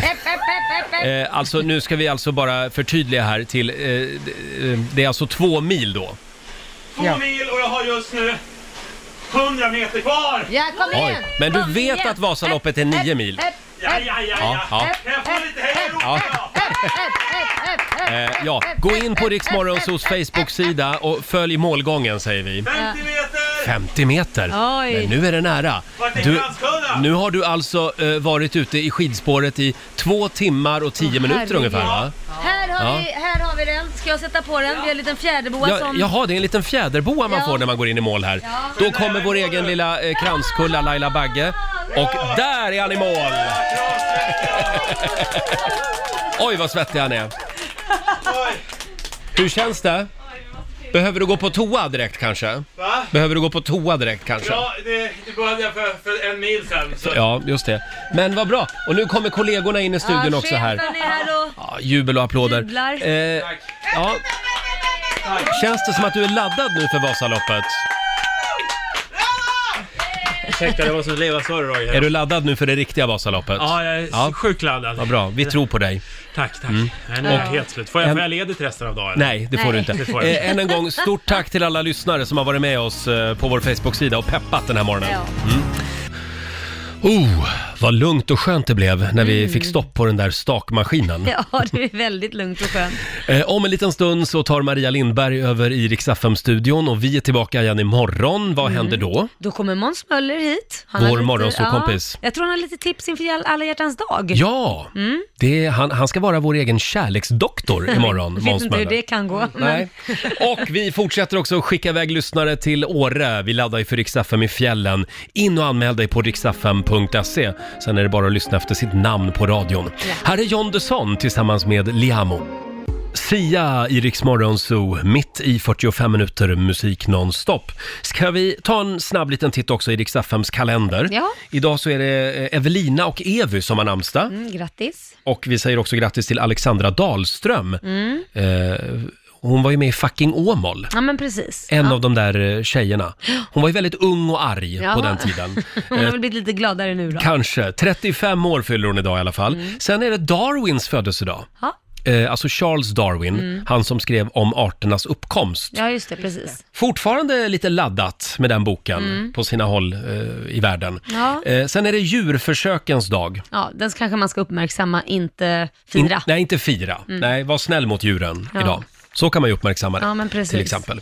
Hepp, hepp, hepp, hepp, hepp.
Eh, alltså nu ska vi alltså bara förtydliga här till, eh, d- eh, det är alltså två mil då.
Två mil och jag har just nu 100 meter kvar!
Ja, kom
Oj. igen. Men du Kom vet igen. att Vasaloppet är nio mil.
Ja, ja, ja, ja.
Ja, ja.
Kan jag få lite hej då?
Ja. Eh, ja, gå in på Riksmorgonsos Facebook-sida och följ målgången säger vi. 50 meter!
Oj.
Men nu är det nära.
Vart är Landskrona?
nu har du alltså eh, varit ute i skidspåret i två timmar och tio minuter
herregud.
ungefär va?
Här har,
Ja.
vi, här har vi den. Ska jag sätta på den? Vi har en liten fjäderboa
Ja,
som...
jaha, det är en liten fjäderboa man
Ja.
får när man går in i mål här. Då kommer vår egen lilla eh, kranskulla Laila Bagge. Och där är han i mål! Oj, vad svettig han är. Hur känns det? Behöver du gå på toa direkt kanske?
Va?
Behöver du gå på toa direkt kanske?
Ja, det, det började jag för, för en mil sen. Så.
Ja, just det. Men vad bra. Och nu kommer kollegorna in i studion också här.
Chefen är här och...
Ja, jubel och applåder.
Jublar.
Eh, ja. Känns det som att du är laddad nu för Vasaloppet?
Ursäkta, det var så leva sorg Roger.
Är du laddad nu för det riktiga Vasaloppet?
Ja, jag är sjukt laddad.
Vad bra, vi tror på dig.
Tack, tack.
Mm.
Jag är nog helt slut. Får jag,
En-
får jag ledigt resten av dagen? eller?
Nej, det får du inte.
Det får jag inte.
Eh, än en gång, stort tack till alla lyssnare som har varit med oss eh, på vår Facebook-sida och peppat den här morgonen. Mm. Oh, vad lugnt och skönt det blev när vi
Mm.
fick stopp på den där stakmaskinen.
Ja, det är väldigt lugnt och skönt.
Eh, om en liten stund så tar Maria Lindberg över i Rix FM-studion och vi är tillbaka igen imorgon. Vad
Mm.
händer då?
Då kommer Måns Möller hit.
Vår
har lite-
morgonsåkompis.
Ja, jag tror han har lite tips inför all- alla hjärtans dag.
Ja,
Mm.
det är, han, han ska vara vår egen kärleksdoktor imorgon,
Vet
Måns
inte hur
Möller.
det kan gå. men-
Nej. Och vi fortsätter också att skicka iväg lyssnare till Åre. Vi laddar ju för Rix FM i fjällen. In och anmäl dig på rixfm.se. Sen är det bara att lyssna efter sitt namn på radion. Här är John Dusson tillsammans med Liamo. Sia i Rix Morgon Zoo, mitt i 45 minuter musik nonstop. Ska vi ta en snabb liten titt också i Rix FMs kalender?
Ja.
Idag så är det eh, Evelina och Evy som har namnsdag.
Mm, grattis.
Och vi säger också grattis till Alexandra Dahlström.
Mm.
Eh, hon var ju med i Fucking Åmål.
Ja, men precis.
En
ja.
av de där eh, tjejerna. Hon var ju väldigt ung och arg
Jaha.
på den tiden.
Hon har
Eh,
väl blivit lite gladare nu då.
kanske. 35 år fyller hon idag i alla fall.
Mm.
Sen är det Darwins födelsedag.
Ja.
Eh, alltså Charles Darwin,
Mm.
han som skrev om arternas uppkomst.
ja, just det, precis.
Fortfarande lite laddat med den boken
Mm.
på sina håll eh, i världen.
Ja.
Eh, sen är det djurförsökens dag.
Ja, den kanske man ska uppmärksamma, inte fira.
In, nej, inte fira.
Mm.
Nej, var snäll mot djuren
Ja.
idag. Så kan man ju uppmärksamma det.
Ja, men precis.
Till exempel.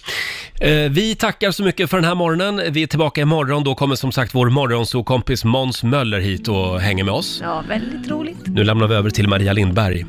Eh, vi tackar så mycket för den här morgonen. Vi är tillbaka imorgon. Då kommer som sagt vår morgonsokompis Måns Möller hit och hänger med oss.
Ja, väldigt roligt.
Nu lämnar vi över till Maria Lindberg.